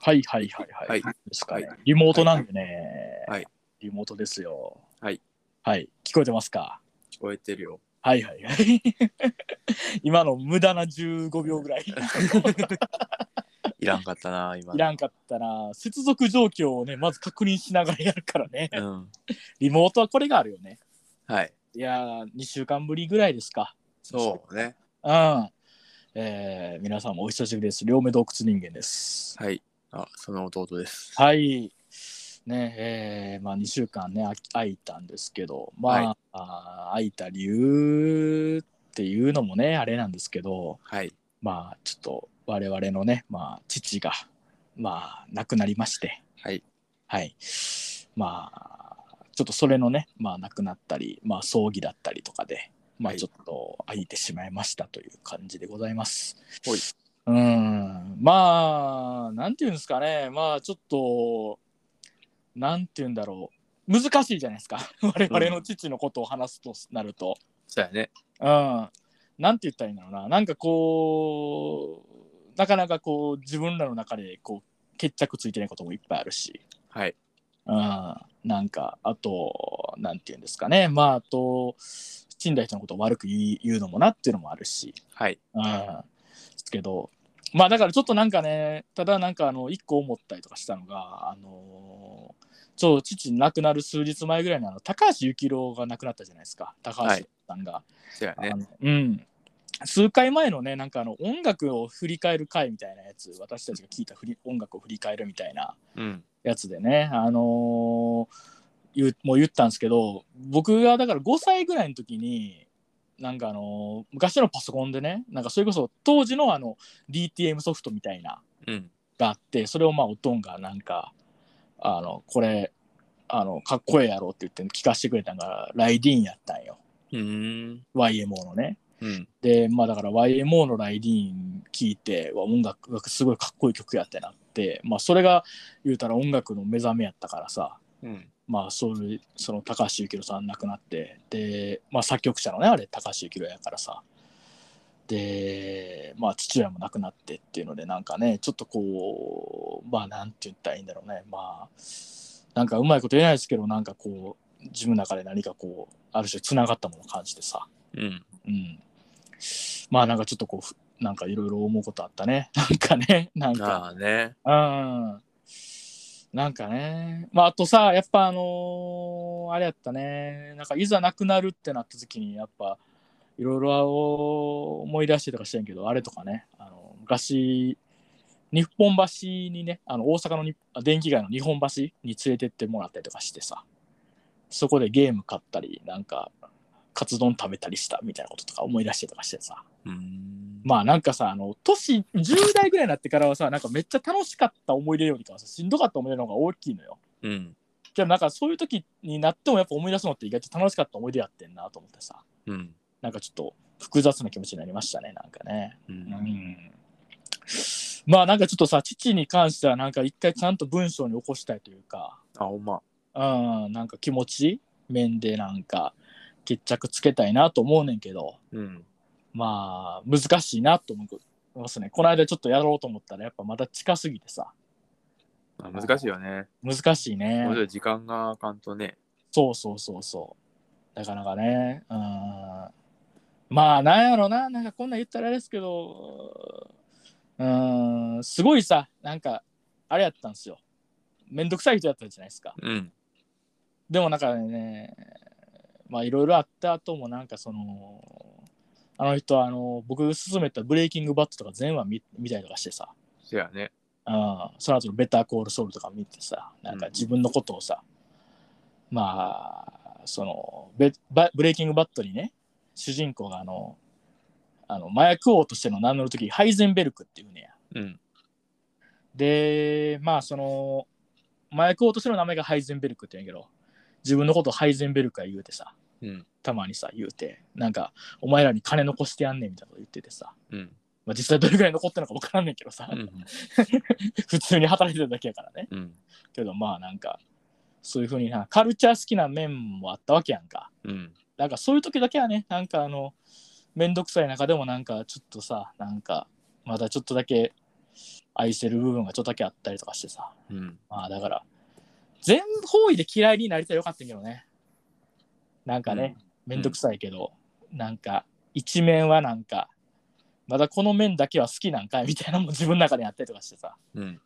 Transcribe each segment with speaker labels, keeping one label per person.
Speaker 1: はいはいはいはい。
Speaker 2: はい
Speaker 1: ですかね
Speaker 2: は
Speaker 1: リモートなんでね、
Speaker 2: はい
Speaker 1: リモートですよ。
Speaker 2: はい。
Speaker 1: はい。聞こえてますか
Speaker 2: 聞こえてるよ。
Speaker 1: はいはいはい。 今の無駄な15秒 ぐらい。
Speaker 2: いらんかったな、今。
Speaker 1: いらんかったな。接続状況をね、まず確認しながらやるからね。
Speaker 2: うん。
Speaker 1: リモートはこれがあるよね。
Speaker 2: はい。
Speaker 1: いやー、2週間ぶりぐらいですか。
Speaker 2: そうね。
Speaker 1: うん。えー、皆さんもお久しぶりです。両目洞窟人間です。
Speaker 2: はい。あ、その弟です。
Speaker 1: はい。ねえーまあ、2週間ね、あ空いたんですけど、まあ、
Speaker 2: は
Speaker 1: あー空いた理由っていうのもね、あれなんですけど、
Speaker 2: はい。
Speaker 1: まあ、ちょっと我々のね、まあ、父が、まあ、亡くなりまして、
Speaker 2: はい。
Speaker 1: はい。まあ、ちょっとそれのね、まあ、亡くなったり、まあ、葬儀だったりとかで、まあ、
Speaker 2: はい
Speaker 1: ちょっと空いてしまいましたという感じでございます。
Speaker 2: ほい。
Speaker 1: うん。まあ、なんていうんですかね。まあ、ちょっと、なんていうんだろう。難しいじゃないですか。 我々の父のことを話すとなると。
Speaker 2: そうやね。
Speaker 1: うん、なんて言ったらいいんだろうな、なんかこう、なかなかこう、自分らの中でこう決着ついてないこともいっぱいあるし、
Speaker 2: はい。
Speaker 1: うん、なんか、あと、なんて言うんですかね、まあ、あと、死んだ人のことを悪く言い言うのもなっていうのもあるし、
Speaker 2: はい。
Speaker 1: うん、ですけど、まあだからちょっとなんかね、ただなんかあの、一個思ったりとかしたのが、あのちょっと父亡くなる数日前ぐらいにあの高橋幸宏が亡くなったじゃないですか高橋さんが、
Speaker 2: そうやね
Speaker 1: あ。のうん、数回前のねなんかあの音楽を振り返る回みたいなやつ私たちが聞いた振り音楽を振り返るみたいな
Speaker 2: うん。
Speaker 1: やつでね、あのー言うもう言ったんですけど僕がだから5歳ぐらいの時になんかあのー昔のパソコンでねなんかそれこそ当時のあの DTM ソフトみたいな
Speaker 2: うん。
Speaker 1: があってそれをまあおとんがなんかあのこれあのかっこええやろって言って聞かせてくれたのがライディーンやったんよ
Speaker 2: うーん。
Speaker 1: YMO のね。
Speaker 2: うん。
Speaker 1: でまあだから YMO のライディーン聴いてわ音楽がすごいかっこいい曲やってなってまあそれが言うたら音楽の目覚めやったからさ
Speaker 2: うん。
Speaker 1: まあそういうその高橋幸宏さん亡くなってでまあ作曲者のねあれ高橋幸宏やからさでまあ父親も亡くなってっていうのでなんかねちょっとこうまあなんて言ったらいいんだろうねまあなんかうまいこと言えないですけどなんかこう自分の中で何かこうある種つながったものを感じてさ
Speaker 2: うん。
Speaker 1: うん。まあなんかちょっとこうふ、なんかいろいろ思うことあったね。なんかね、なんか。
Speaker 2: ああね。
Speaker 1: うん。なんかね。まああとさ、やっぱあのーあれやったね。なんかいざ亡くなるってなった時に、やっぱいろいろ思い出してとかしてんけど、あれとかね、あの昔、日本橋にね、あの大阪のにあ電気街の日本橋に連れてってもらったりとかしてさ、そこでゲーム買ったり、なんか、カツ丼食べたりしたみたいなこととか思い出してとかしてさ、
Speaker 2: うーん。
Speaker 1: まあなんかさ、あの、年10代ぐらいになってからはさ、なんかめっちゃ楽しかった思い出よりかはさ、しんどかった思い出の方が大きいのよ。
Speaker 2: うん。
Speaker 1: けどなんかそういう時になってもやっぱ思い出すのって意外と楽しかった思い出やってんなと思ってさ、
Speaker 2: うん。
Speaker 1: なんかちょっと複雑な気持ちになりましたね、なんかね。
Speaker 2: う。
Speaker 1: うんん。まあなんかちょっとさ、父に関してはなんか一回ちゃんと文章に起こしたいというか、
Speaker 2: あ、ほんま。
Speaker 1: うん、なんか気持ち面でなんか決着つけたいなと思うねんけど、
Speaker 2: うん。
Speaker 1: まあ難しいなと思うますね。この間ちょっとやろうと思ったらやっぱまだ近すぎてさ
Speaker 2: まあ、難しいよね。
Speaker 1: 難しい
Speaker 2: もうちょ
Speaker 1: ね。
Speaker 2: っと時間があかんとね。
Speaker 1: そうそうそうそう。なかなかね。うん。まあなんやろな。なんかこんなん言ったらあれですけど、うん、すごいさ、なんかあれやったんですよ。めんどくさい人やったじゃないですか。
Speaker 2: うん。
Speaker 1: でもなんかね、まあいろいろあった後もなんかその、あの人はあの僕勧めたブレイキングバットとか全話見見たりとかしてさ、
Speaker 2: そうやね。
Speaker 1: うん、その後のベターコールソウルとか見てさ、なんか自分のことをさ、まあ、そのベバブレイキングバットにね、主人公があの、あの麻薬王としての名乗るとき、ハイゼンベルクっていうねや。
Speaker 2: うん。
Speaker 1: で、まあ、その、麻薬王としての名前がハイゼンベルクって言うんやけど、自分のことをハイゼンベルクが言うてさ、
Speaker 2: うん。
Speaker 1: たまにさ、言うて、なんか、お前らに金残してやんねんみたいなこと言っててさ、
Speaker 2: うん。
Speaker 1: まあ、実際どれぐらい残ってるのか分からんねんけどさ、
Speaker 2: うん。
Speaker 1: 普通に働いてるだけやからね。
Speaker 2: うん。
Speaker 1: けどまあなんかそういうふうになカルチャー好きな面もあったわけやんか
Speaker 2: うん。
Speaker 1: なんかそういう時だけはねなんかあの面倒くさい中でもなんかちょっとさなんかまだちょっとだけ愛してる部分がちょっとだけあったりとかしてさ。
Speaker 2: うん。
Speaker 1: まあだから、全方位で嫌いになりたらよかったけどね。なんかね、めんどくさいけど、なんか、一面はなんか、まだこの面だけは好きなんかいみたいなのも自分の中でやったりとかしてさ。
Speaker 2: うん。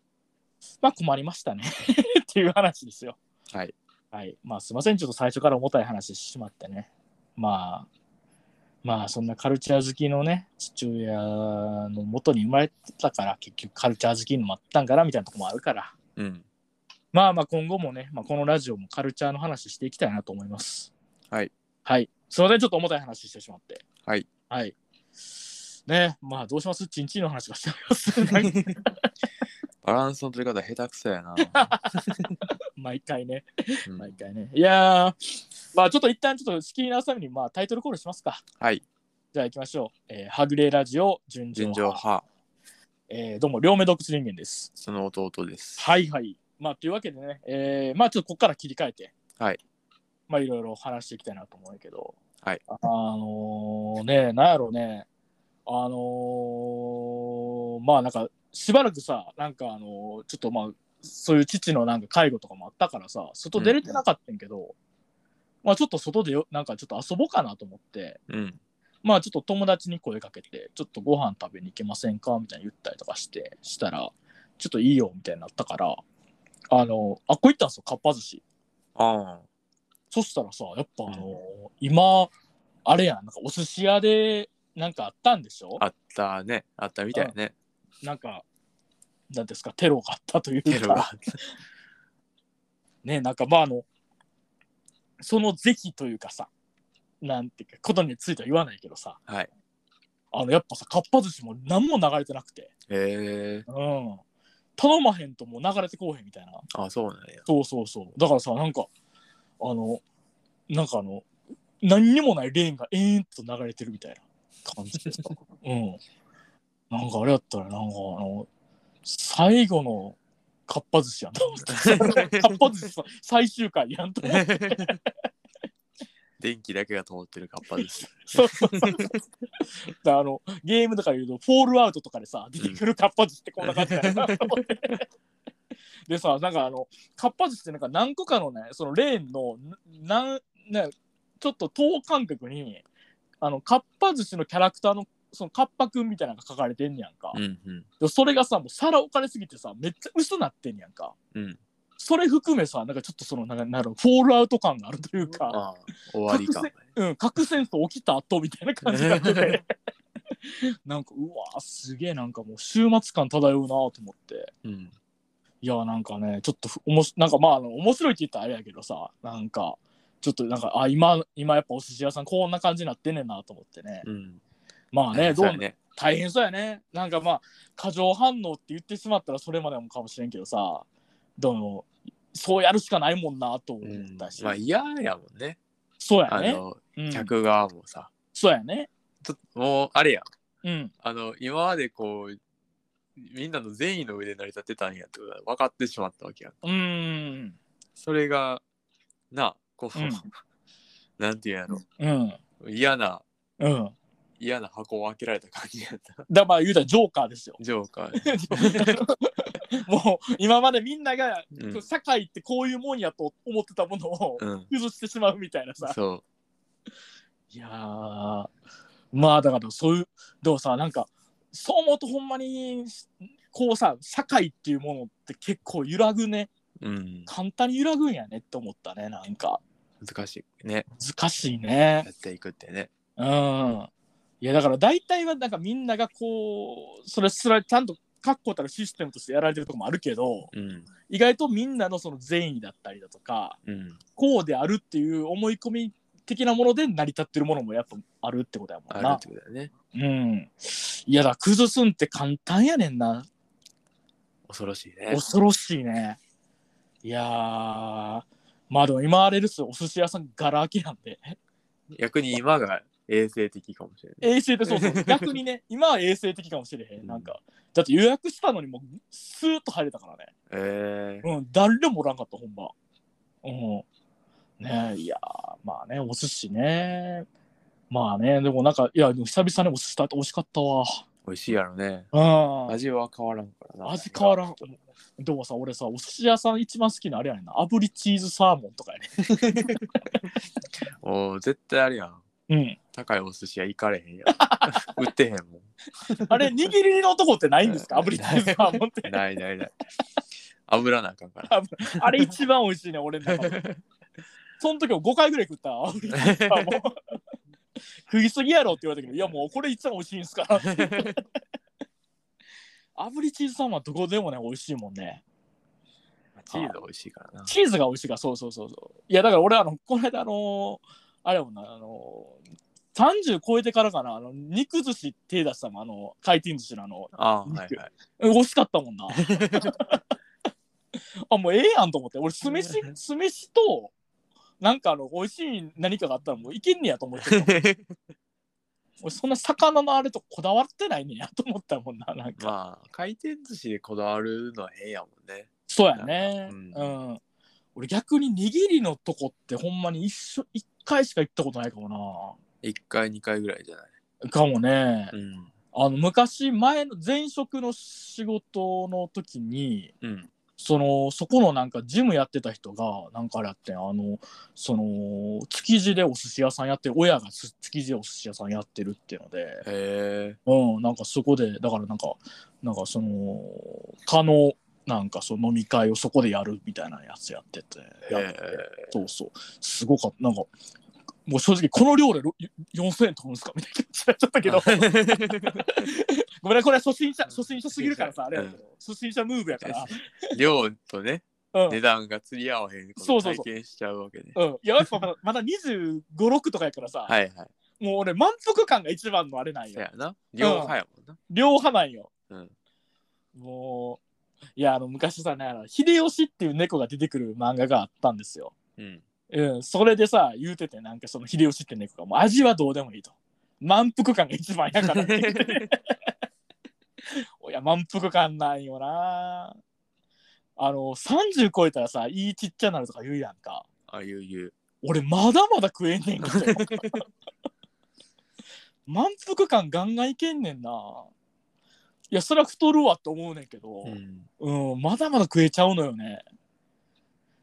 Speaker 1: まあ困りましたね っていう話ですよ。
Speaker 2: はい。
Speaker 1: はい。まあすいません、ちょっと最初から重たい話してしまってね。まあ、まあそんなカルチャー好きのね、父親の元に生まれてたから、結局カルチャー好きにもあったんかなみたいなとこもあるから。
Speaker 2: うん。
Speaker 1: まあまあ今後もね、まあ、このラジオもカルチャーの話していきたいなと思います。
Speaker 2: はい。
Speaker 1: はい。すいません、ちょっと重たい話してしまって。
Speaker 2: はい。
Speaker 1: はい。ねまあどうしますチンチンの話がしております。
Speaker 2: バランスの取り方下手くそ やな。
Speaker 1: 毎回ね。
Speaker 2: うん
Speaker 1: 毎回ね。いやー、まあちょっと一旦ちょっと仕切り直すために、まあタイトルコールしますか。
Speaker 2: はい。
Speaker 1: じゃあ行きましょう。えーはぐれラジオ、純情
Speaker 2: 純
Speaker 1: 派。
Speaker 2: 情派、
Speaker 1: えーどうも、両目洞窟人間です。
Speaker 2: その弟です。
Speaker 1: はいはい。まあというわけでね、えーまあちょっとここから切り替えて、
Speaker 2: はい。
Speaker 1: まあいろいろ話していきたいなと思うけど、
Speaker 2: はい。
Speaker 1: あのーね、なんやろうね、あのーまあなんか、しばらくさ、なんかあのーちょっとまあ、そういう父のなんか介護とかもあったからさ、外出れてなかったんけど、まあちょっと外でよ、なんかちょっと遊ぼうかなと思って、
Speaker 2: うん。
Speaker 1: まあちょっと友達に声かけて、ちょっとご飯食べに行けませんかみたいに言ったりとかして、したら、ちょっといいよみたいになったから、あの、あっこ行ったんですよ、かっぱ寿司。
Speaker 2: ああ。
Speaker 1: そしたらさ、やっぱあの、今、あれやん、なんかお寿司屋でなんかあったんでしょ
Speaker 2: あったね。あったみたいね。
Speaker 1: なんか、なんですか、テロがあったというか、
Speaker 2: テロが。
Speaker 1: ね、なんかまああの、その是非というかさ、なんていうか、ことについては言わないけどさ、
Speaker 2: はい。
Speaker 1: あの、やっぱさ、かっぱ寿司も何も流れてなくて。
Speaker 2: へえ。
Speaker 1: うん。頼まへんともう流れてこうへんみたいな。
Speaker 2: あ、そうなん や。
Speaker 1: そうそうそう。だからさ、なんか、あの、なんかあの、何にもないレーンが延々と流れてるみたいな感じでさ。うん。なんかあれやったら、なんかあの、最後のかっぱ寿司やんと思って。かっぱ寿司さ、最終回やんと思って。
Speaker 2: 電気だけが通ってるカッ パです。
Speaker 1: そうそうそう。だからあの、ゲームとかで言うと、フォールアウトとかでさ、出てくるかっぱ寿司ってこんな感じだよな。でさ、なんかあの、かっぱ寿司ってなんか何個かのね、そのレーンの、なん、ね、ちょっと等間隔に、あの、かっぱ寿司のキャラクターの、そのかっぱくんみたいなのが書かれてんねやんか
Speaker 2: う。んうん。
Speaker 1: でそれがさ、もう皿置かれすぎてさ、めっちゃ薄なってんねやんか。
Speaker 2: うん。
Speaker 1: それ含めさ、なんかちょっとその、なんかなんだろうフォールアウト感があるというか。
Speaker 2: ああ。終わりか。
Speaker 1: うん、核戦争起きた後みたいな感じがしてて なんかうわーすげえなんかもう終末感漂うなと思って
Speaker 2: うん。
Speaker 1: いやーなんかねちょっとふおもしなんかまああの面白いって言ったらあれやけどさなんかちょっとなんかあ今今やっぱお寿司屋さんこんな感じになってんねんなと思ってね
Speaker 2: うん。
Speaker 1: まあねどう
Speaker 2: そうやね。
Speaker 1: 大変そうやねなんかまあ過剰反応って言ってしまったらそれまでもかもしれんけどさどうもそうやるしかないもんなと思
Speaker 2: うん
Speaker 1: ったし、
Speaker 2: まあ嫌やもんね。
Speaker 1: そうや
Speaker 2: あ
Speaker 1: ね、
Speaker 2: の、
Speaker 1: うん、
Speaker 2: 客側もさ。
Speaker 1: そうやね
Speaker 2: ちょっともう、あれや。
Speaker 1: うん
Speaker 2: あの、今までこう、みんなの善意の上で成り立ってたんやってことが分かってしまったわけやん。
Speaker 1: うーん
Speaker 2: それが、なあ、こう、
Speaker 1: うん
Speaker 2: なんていうんやろ。
Speaker 1: うん
Speaker 2: 嫌な、
Speaker 1: うん。だか
Speaker 2: 嫌な箱を開けられた感じやった。。
Speaker 1: らまあ言うたらジョーカーですよ
Speaker 2: ジョーカー。
Speaker 1: もう今までみんなが、
Speaker 2: うん
Speaker 1: 社会ってこういうもんやと思ってたものを
Speaker 2: うん。
Speaker 1: 譲ってしまうみたいなさ。
Speaker 2: そ
Speaker 1: いやーまあだからそういうでもさなんかそう思うとほんまにこうさ社会っていうものって結構揺らぐね
Speaker 2: う。うん。
Speaker 1: 簡単に揺らぐんやねって思ったねなんか
Speaker 2: 難しいね。
Speaker 1: 難しいね
Speaker 2: や。っていくってね。
Speaker 1: うんいやだから大体はなんかみんながこうそれすらちゃんと確固たるシステムとしてやられてるとこもあるけど
Speaker 2: うん。
Speaker 1: 意外とみんなのその善意だったりだとか
Speaker 2: うん。
Speaker 1: こうであるっていう思い込み的なもので成り立ってるものもやっぱあるってことやもん
Speaker 2: ある
Speaker 1: な
Speaker 2: っ。てことだよね。
Speaker 1: うん、いやだから崩すんって簡単やねんな
Speaker 2: 恐ろしいね。
Speaker 1: 恐ろしいね。いやーまあでも今あれですよお寿司屋さんガラ空きなんで
Speaker 2: 逆に今が衛生的かもしれない。
Speaker 1: 衛生的 そうそう逆にね今は衛生的かもしれへんなんかだって予約したのにもうスーッと入れたからね
Speaker 2: え
Speaker 1: うん誰もおらんかったほんまうんねえいやーまあねお寿司ねまあねでもなんかいやでも久々にお寿司食べて美味しかったわ
Speaker 2: ー、美味しいやろね。
Speaker 1: うん
Speaker 2: 味は変わらんからな。
Speaker 1: 味変わらん。でもさ、俺さ、お寿司屋さん一番好きなあれやねんな。炙りチーズサーモンとかや
Speaker 2: おー絶対あれやん。
Speaker 1: ね。
Speaker 2: 高いお寿司屋行かれへんやん。 売ってへんも
Speaker 1: うん。あれ、握りのとこって ないんですか炙りチーズサーモンっ
Speaker 2: ん。
Speaker 1: て。
Speaker 2: ないないない。油なんかん から。
Speaker 1: あれ一番美味しいね、俺の中で。その時も5回ぐらい食った わ。炙りチーズサーモン食いすぎやろって言われたけど、いやもうこれ一番美味しいんすから。炙りチーズサーモンはどこでもね、美味しいもんね。
Speaker 2: チーズ美味しいからな。
Speaker 1: チーズが美味しいから、そうそうそうそう。いや、だから俺、あの、この間、あのーあれやもんな、あのー、30超えてからかな、あの、肉寿司手出したもん、あの、回転寿司のあの、
Speaker 2: あーはいはい。
Speaker 1: え美味しかったもんな。 あ、もうええやんと思って、俺、酢飯、酢飯と、なんかあの、美味しい何かがあったらもういけんねやと思って た。俺、そんな魚のあれとこだわってないねやと思ったもんな、なんか。
Speaker 2: まあ、回転寿司でこだわるのは変やもんね。
Speaker 1: そうやね。う
Speaker 2: なん
Speaker 1: ん
Speaker 2: かう。
Speaker 1: 俺逆に握りのとこってほんまに一緒一回しか行ったことないかも
Speaker 2: 1回、2回ぐらいじゃない。
Speaker 1: な。かもね。
Speaker 2: うん。
Speaker 1: あの昔前の前職の仕事の時に
Speaker 2: うん。
Speaker 1: そのそこのなんかジムやってた人がなんかあれやってんあのその築地でお寿司屋さんやってる親がす築地でお寿司屋さんやってるっていうので、
Speaker 2: へえ。
Speaker 1: うん、なんかそこでだからなんかなんかその可能なんかその飲み会をそこでやるみたいなやつやってて
Speaker 2: へ
Speaker 1: やって
Speaker 2: え
Speaker 1: て。そうそう。すごかった。なんか、もう正直、この量でろ4000円飛ぶんですかみたいな感じになっちゃった けど、ごめんね、これは初心者、初心者すぎるからさ、あれやけど、初心者ムーブやから。
Speaker 2: 量とね、
Speaker 1: うん。
Speaker 2: 値段が釣り合わへんこと
Speaker 1: そうそう
Speaker 2: 体
Speaker 1: そう
Speaker 2: 験しちゃうわけね。
Speaker 1: うん、いややっぱまだ まだ25、6とかやからさ、
Speaker 2: はいはい。
Speaker 1: もう俺、満腹感が一番のあれなん
Speaker 2: そ
Speaker 1: よ。
Speaker 2: やな。量派やもんな。
Speaker 1: 両派なんよ。
Speaker 2: うん
Speaker 1: もう、いや、あの、昔さ、ね、あの秀吉っていう猫が出てくる漫画があったんですよ。
Speaker 2: うん。
Speaker 1: うん、それでさ、言うてて、なんかその秀吉って猫が、もう味はどうでもいいと。満腹感が一番やからって言 ってていや、満腹感ないよな。あの、30超えたらさ、いいちっちゃなるとか言うやんか。
Speaker 2: ああいういう。
Speaker 1: 俺、まだまだ食えんねんけど。満腹感ガンガンいけんねんな。いや、そりゃ太るわと思うねんけど。
Speaker 2: うん。
Speaker 1: うん、まだまだ食えちゃうのよね。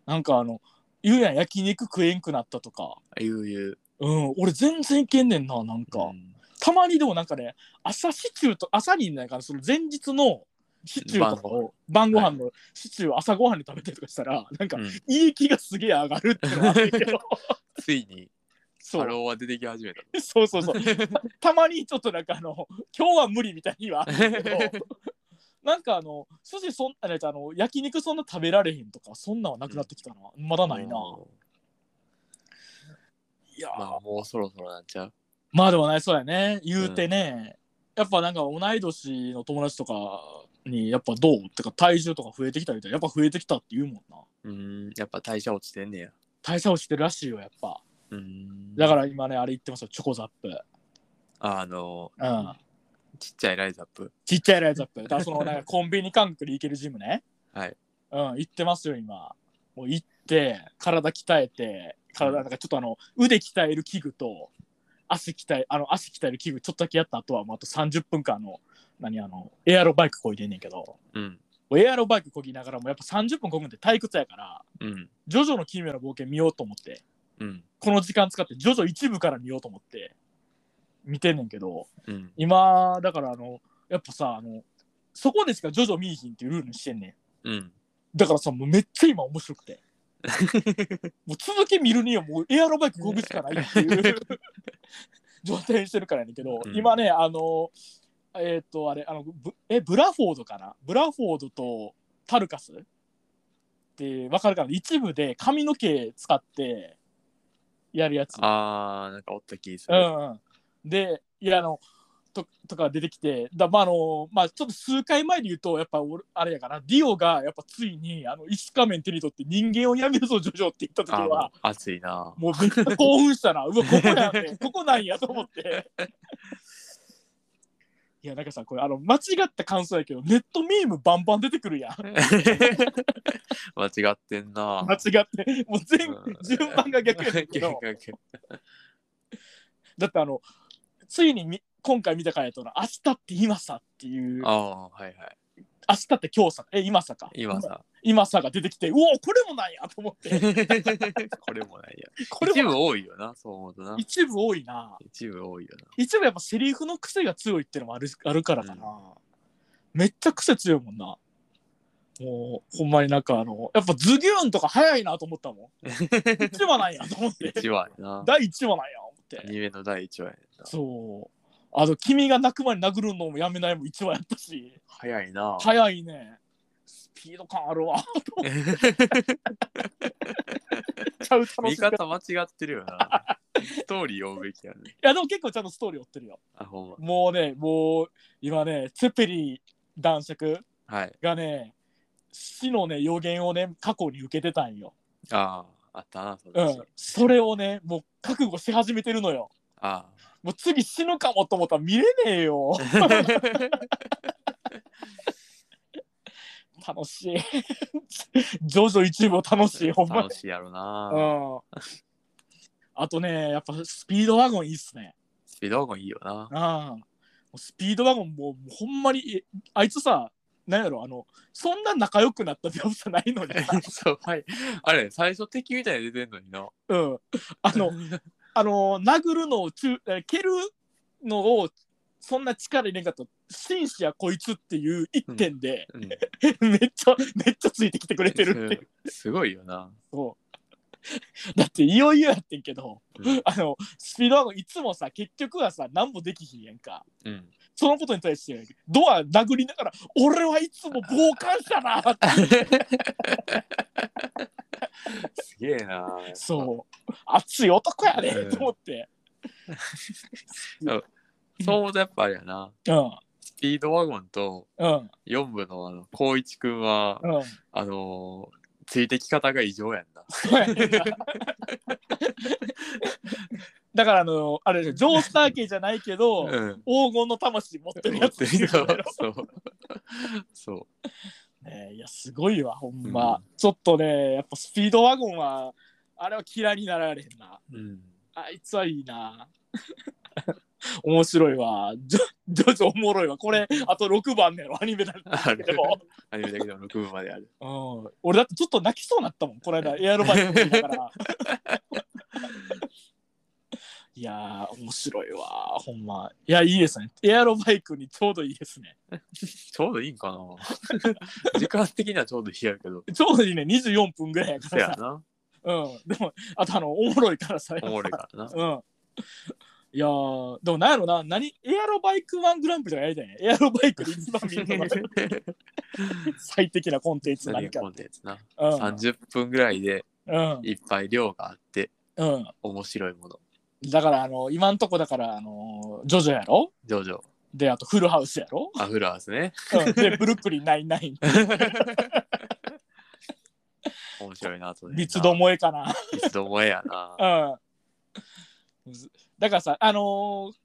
Speaker 1: なんかあの、言うやん、焼肉食えんくなったとか。
Speaker 2: ああいういう。
Speaker 1: うん、俺全然いけんねんな、なんか。
Speaker 2: うん
Speaker 1: たまにでもなんかね、朝シチューと、朝になんかその前日のシチューとかを、晩ご
Speaker 2: ご飯
Speaker 1: 飯のシチューを朝ご飯で食べてとかしたら、なんか、胃液がすげえ上がるっていうのはあるけど。
Speaker 2: ついに、
Speaker 1: そ
Speaker 2: ハ
Speaker 1: う
Speaker 2: ローは出てき始めた。
Speaker 1: そうそうそう。たまにちょっとなんかあの、今日は無理みたいに はあるけど。なんかあの筋そんあれあの焼肉そんな食べられへんとかそんなんはなくなってきたな、まだないな、いやー
Speaker 2: まあ、もうそろそろなっちゃう。
Speaker 1: まあでもね、そうやね。言うてね、やっぱなんか同い年の友達とかに、やっぱどうってか体重とか増えてきたみたいな、やっぱ増えてきたって言うもんな。
Speaker 2: うん。やっぱ代謝落ちてんねや。
Speaker 1: 代謝をしてるらしいよ、やっぱ。
Speaker 2: うん。、
Speaker 1: だからら今ね、あれ言ってますよ、チョコザップ。
Speaker 2: あの、
Speaker 1: うん。
Speaker 2: ちっちゃいライズアップ。
Speaker 1: ちっちゃいライズアップ。だからそのなんかコンビニ感覚で行けるジムね。
Speaker 2: はい。
Speaker 1: うん、行ってますよ、今。もう行って、体鍛えて、体なんかちょっとあの、腕鍛える器具と、足鍛え、あの、足鍛える器具ちょっとだけやった後は、もうあと30分間あの、何あの、エアロバイクこいでんねんけど。
Speaker 2: うん。
Speaker 1: エアロバイクこぎながらもやっぱ30分こぐんって退屈やから、
Speaker 2: うん。
Speaker 1: ジョジョの奇妙な冒険見ようと思って、
Speaker 2: うん。
Speaker 1: この時間使ってジョジョ一部から見ようと思って、見てんねんけど、
Speaker 2: うん。
Speaker 1: 今、だからあの、やっぱさ、あの、そこでしかジョジョ見いひんっていうルールにしてんねん。
Speaker 2: うん。
Speaker 1: だからさ、もうめっちゃ今面白くて。もう続き見るにはもうエアロバイクこぐしかないっていう 状態にしてるからやねんけど、
Speaker 2: うん
Speaker 1: 今ね、あの、えっ、と、あれ、あの、ブえ、ブラフォードかなブラフォードとタルカスってわかるかな一部で髪の毛使ってやるやつ。
Speaker 2: あー、なんかおった気す
Speaker 1: う
Speaker 2: る。
Speaker 1: んうん、で、いや、あの、ととか出てきて、だまああのまあ、ちょっと数回前で言うと、やっぱ俺あれやから、ディオがやっぱついにあの石仮面手に取って人間をやめるぞ、ジョジョって言った時
Speaker 2: あー
Speaker 1: は
Speaker 2: も、う熱 いな。
Speaker 1: もうめっちゃ興奮 したな、うわ、ここやんね、ここなんやと思って。 いや、なんかさ、これあの間違った感想やけど、ネットミームバンバン出てくるやん。
Speaker 2: 間違ってんな。
Speaker 1: 間違って、もう全
Speaker 2: うん
Speaker 1: 順番が逆やねんけど。だってあのついにみ今回見た回やとな、明日って今さっていう、 明
Speaker 2: ああ、はいはい。
Speaker 1: 日って今日さ、え、今さか。
Speaker 2: 今さ。
Speaker 1: 今さが出てきて、うおこれもなんやと思って、
Speaker 2: これもないや。
Speaker 1: これ
Speaker 2: 一
Speaker 1: も
Speaker 2: 部多いよな、そう思うとな。
Speaker 1: 一部多いな。
Speaker 2: 一部多いよな。
Speaker 1: 一部やっぱセリフの癖が強いってのもあるあるからかな、めっちゃ癖強いもんな。もう、ほんまになんかあの、やっぱズギューンとか早いなと思ったもん。一話なんやと思 って。
Speaker 2: 1話やな。
Speaker 1: 第一話なんや思って
Speaker 2: ア。ニメの第1話やな。
Speaker 1: そう。あの、君が泣く前に殴るのもやめないも一話やったし。
Speaker 2: 早いな。
Speaker 1: 早いね。スピード感あるわ。ちゃう楽
Speaker 2: 見
Speaker 1: しみ方い
Speaker 2: 方間違ってるよな。ストーリー追うべきやね。
Speaker 1: や、でも結構ちゃんとストーリー追ってるよ。
Speaker 2: あ、ほん
Speaker 1: もうね、もう、今ね、ツェペリー男爵
Speaker 2: ま。はい。
Speaker 1: がね、死のね、予言をね、過去に受けてたんよ。
Speaker 2: ああ、あったな、その
Speaker 1: う
Speaker 2: 話
Speaker 1: ん。それをね、もう覚悟し始めてるのよ。
Speaker 2: あ
Speaker 1: もう次死ぬかもと思ったら見れねえよ。
Speaker 2: あ。
Speaker 1: 楽しい。 ジョジョ一部を楽しい、ほんまに
Speaker 2: 楽。しいやろな。
Speaker 1: うん。あとね、やっぱスピードワゴンいいっすね。
Speaker 2: スピードワゴンいいよな。
Speaker 1: ああ。もうスピードワゴンもうほんまに、えあいつさ、なんやろ、あの、そんな仲良くなった描写ないのにさ
Speaker 2: そう、はい。あれ、最初敵みたいに出てんのにな。
Speaker 1: うん。あ の、あの、殴るのをちゅ、え蹴るのを、そんな力入れんかった。紳士やこいつっていう一点で、
Speaker 2: うん、
Speaker 1: めっちゃ、めっちゃついてきてくれてるっていう。
Speaker 2: すごいよな。
Speaker 1: そうだっていよいよやってんけど、
Speaker 2: うん
Speaker 1: あのスピードワゴンいつもさ結局はさ何もできひんやんか
Speaker 2: うん。
Speaker 1: そのことに対してドア殴りながら「俺はいつも傍観者だ!」って
Speaker 2: すげえな。
Speaker 1: そう熱い男やね
Speaker 2: うん
Speaker 1: と思って、
Speaker 2: う。そう思うとやっぱあれや
Speaker 1: う
Speaker 2: な。
Speaker 1: ん
Speaker 2: スピードワゴンと
Speaker 1: うん
Speaker 2: 4部のあの、光一くんは、
Speaker 1: うん
Speaker 2: あのーついてき方が異常やんな。
Speaker 1: そうやねんな だからあのあれでしょジョースター系じゃないけど、
Speaker 2: うん。
Speaker 1: 黄金の魂持ってるやつってい
Speaker 2: そうう
Speaker 1: ことやろ
Speaker 2: そう。
Speaker 1: ねえいやすごいわほんま、
Speaker 2: うん
Speaker 1: ちょっとねやっぱスピードワゴンはあれは嫌いになられへんな
Speaker 2: うん。
Speaker 1: あいつはいいな面白いわジョジョジョおもろいわこれあと6番ねアニメだ
Speaker 2: ある
Speaker 1: でも、
Speaker 2: アニメだけでも6部まである。
Speaker 1: うん、俺だってちょっと泣きそうになったもんこの間エアロバイク見ながら いやー面白いわほんまいやいいですねエアロバイクにちょうどいいですね
Speaker 2: ちょうどいいんかな 時間的にはちょうどいいやけど。
Speaker 1: ちょうどいいね24分ぐらいやか
Speaker 2: せ
Speaker 1: らさ
Speaker 2: やな。
Speaker 1: うん、でも、あとあの、おもろいからさ。
Speaker 2: おもろいから な。
Speaker 1: うん。いやー、でもなんやろな、何、エアロバイクワングランプリとかやりたいね。エアロバイクで一番見るの が最適なコンテンツ何
Speaker 2: 何が
Speaker 1: か。
Speaker 2: コンテンツな。
Speaker 1: うん。
Speaker 2: 30分ぐらいで
Speaker 1: うん。
Speaker 2: いっぱい量があって
Speaker 1: うん。
Speaker 2: 面白いもの。
Speaker 1: だから、あの、今んとこだから、あの、ジョジョやろ
Speaker 2: ジョジョ、
Speaker 1: で、あと、フルハウスや ろ、
Speaker 2: アフラー スね。
Speaker 1: うん、で、ブルックリン99、
Speaker 2: 面白いなと。
Speaker 1: 三つど
Speaker 2: も。
Speaker 1: もえか な。
Speaker 2: 三つどもえやな。
Speaker 1: うん。だからさ、あのー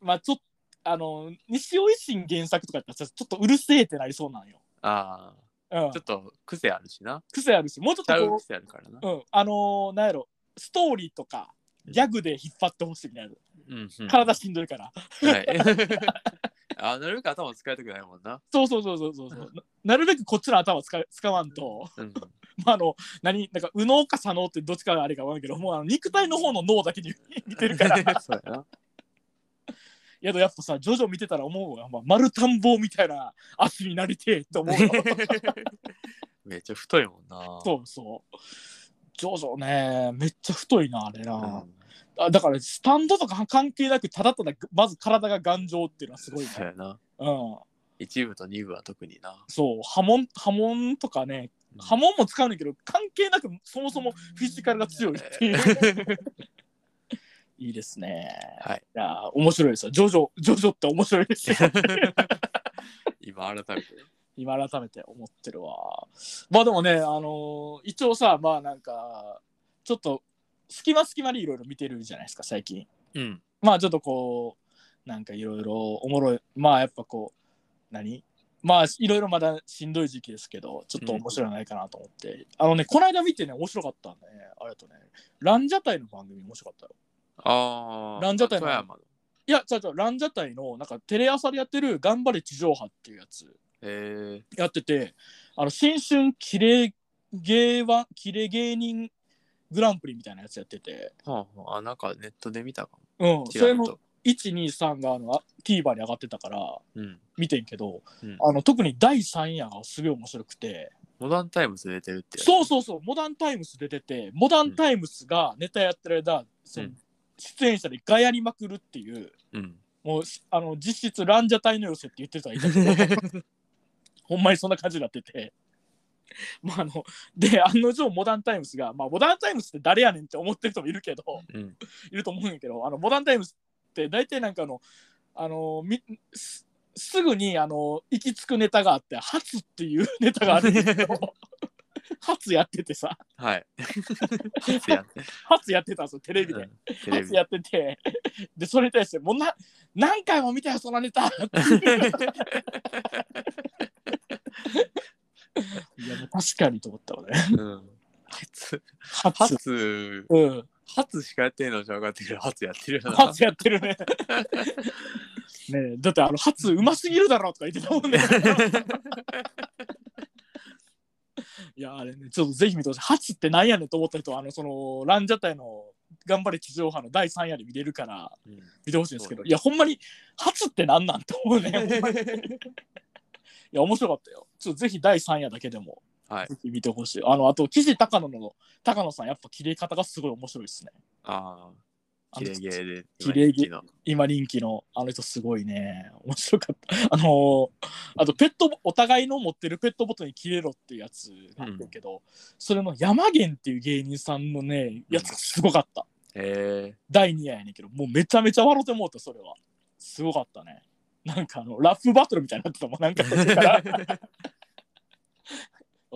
Speaker 1: まあちょっと、あのー西尾維新原作とかやったらさちょっとうるせえってなりそうなんよ。
Speaker 2: あ
Speaker 1: うん
Speaker 2: あ。ちょっと癖あるしな。
Speaker 1: 癖あるし、もうちょっ
Speaker 2: ちゃ
Speaker 1: と
Speaker 2: う
Speaker 1: こ
Speaker 2: 癖あるからな
Speaker 1: う、。うん、あのー、なんやろ、ストーリーとか、ギャグで引っ張ってほしいみたいな。
Speaker 2: うんうん。
Speaker 1: 体しんどいから。
Speaker 2: はい。 あ、なるべく頭使いたくないもんな。
Speaker 1: そうそうそうそうそうそうな。なるべくこっちの頭使う使わんと、
Speaker 2: うん。
Speaker 1: まあ、あの、何、なんか、右脳か左脳ってどっちかがあれかわかんないけど、もうあの肉体の方の脳だけに 似てるから。い
Speaker 2: そうやな。
Speaker 1: や、でもやっぱさ、ジョジョ見てたら思うわ。まあ、丸田んぼみたいな足になりてえと思うよ。
Speaker 2: めっちゃ太いもんな。
Speaker 1: そうそう。ジョジョね、めっちゃ太いな、あれな。
Speaker 2: うん
Speaker 1: あだから、スタンドとか関係なく、ただただ、まず体が頑丈っていうのはすごいね。
Speaker 2: そうやな。
Speaker 1: うん、
Speaker 2: 一部と二部は特にな。
Speaker 1: そう波紋波紋とかね
Speaker 2: うん
Speaker 1: 波紋も使うねんだけど関係なくそもそもフィジカルが強いっていう いいですね
Speaker 2: はい。
Speaker 1: いやー面白いですよジョジョジョジョって面白いですよ
Speaker 2: 今改めて。
Speaker 1: 今改めて思ってるわまあでもねあのー一応さまあなんかちょっと隙間隙間でいろいろ見てるじゃないですか最近
Speaker 2: うん。
Speaker 1: まあちょっとこうなんかいろいろおもろいまあやっぱこう何まあいろいろまだしんどい時期ですけどちょっと面白いのないかなと思って、あのねこの間見てね面白かったねあれとねランジャタイの番組面白かったよ
Speaker 2: ああ。
Speaker 1: ランジャタイの
Speaker 2: 富山の。
Speaker 1: いいや、ちゃうちゃう、ランジャタイの、なんかテレ朝でやってる、頑張れ地上波っていうやつ、
Speaker 2: え
Speaker 1: やってて、あの、新春キレ芸は、キレ芸人グランプリみたいなやつやってて、
Speaker 2: ー、はあ、はあ、あなんかネットで見たかも。
Speaker 1: うん、
Speaker 2: ち
Speaker 1: そ
Speaker 2: ら
Speaker 1: れ
Speaker 2: っ
Speaker 1: の
Speaker 2: と。
Speaker 1: 1、2、3があのあ TVer に上がってたから、
Speaker 2: うん。
Speaker 1: 見てんけど、
Speaker 2: うん
Speaker 1: あの特に第3夜がすごい面白くて、
Speaker 2: モダンタイムズ出てるってやつ。
Speaker 1: そうそうそうモダンタイムス出ててモダンタイムスがネタやってる間、その
Speaker 2: うん
Speaker 1: 出演者でガヤりまくるっていう
Speaker 2: うん。
Speaker 1: もうしあの実質ランジャタイの寄せって言ってたらいいんだけど ほんまにそんな感じになってて。まあ、あので案の定モダンタイムスが、まあ、モダンタイムスって誰やねんって思ってる人もいるけど、
Speaker 2: うん。
Speaker 1: いると思うんやけどあのモダンタイムスって大体なんかあのあのみすすぐにあの行き着くネタがあって「初」っていうネタがあるんですけど 初やっててさ
Speaker 2: はい。初やって。
Speaker 1: 初やってたんですよテレビで、
Speaker 2: うん テレビ
Speaker 1: 初
Speaker 2: で。
Speaker 1: やっててでそれに対して「もうな何回も見たよそのネタ」っていやもう確かにと思ったわね
Speaker 2: うん。初、
Speaker 1: 初
Speaker 2: 初、
Speaker 1: うん
Speaker 2: 初しかやってんのじゃ分かってくる。初やってるよな。
Speaker 1: 初やってるねねえだってあの初うますぎるだろとか言ってた もんねいやあれねちょっとぜひ見てほしい初ってなんやねんと思った人はあのそのランジャタイの頑張れ地上波の第3夜で見れるから
Speaker 2: うん
Speaker 1: 見てほしいんですけど
Speaker 2: そう
Speaker 1: いやほんまに初ってなんなんと思うねほんまにいや面白かったよちょっとぜひ第3夜だけでも
Speaker 2: はい
Speaker 1: ぜ。ひ見てほしいあのあと岸高野の高野さんやっぱ切れ方がすごい面白いですね
Speaker 2: あ
Speaker 1: あ
Speaker 2: あ、キ
Speaker 1: の
Speaker 2: レゲーで。
Speaker 1: キレゲ
Speaker 2: 今
Speaker 1: 今人
Speaker 2: 人気の
Speaker 1: 気のあの人すごいね面白かった あのーあとペットボお互いの持ってるペットボトルに切れろっていうやつなんだけど、それの山源っていう芸人さんのねやつがすごかった、
Speaker 2: え
Speaker 1: 第2夜やねんけどもうめちゃめちゃ笑ってもうたそれはすごかったねなんかあのラップバトルみたいになってたもん なんか途中から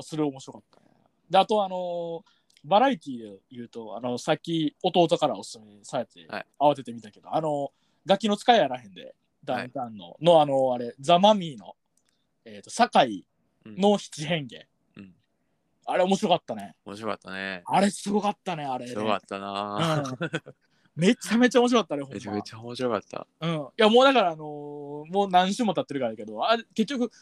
Speaker 1: それ面白かったねであとあのーバラエティで言うとあのさっき弟からおすすめされて、
Speaker 2: はい
Speaker 1: 慌ててみたけどあのガキの使いやらへんでダウンタウンの、のあのあれザ・マミーの、えー、と堺の七変化、
Speaker 2: ー、うん。
Speaker 1: あれ面白かったね
Speaker 2: 面白かったね。
Speaker 1: あれすごかったねあれね
Speaker 2: 面白かったな。
Speaker 1: うんめちゃめちゃ面白かったねほんま
Speaker 2: めちゃめちゃ面白かった。
Speaker 1: うん、いやもうだから、あのーもう何週も経ってるからやけどあ結局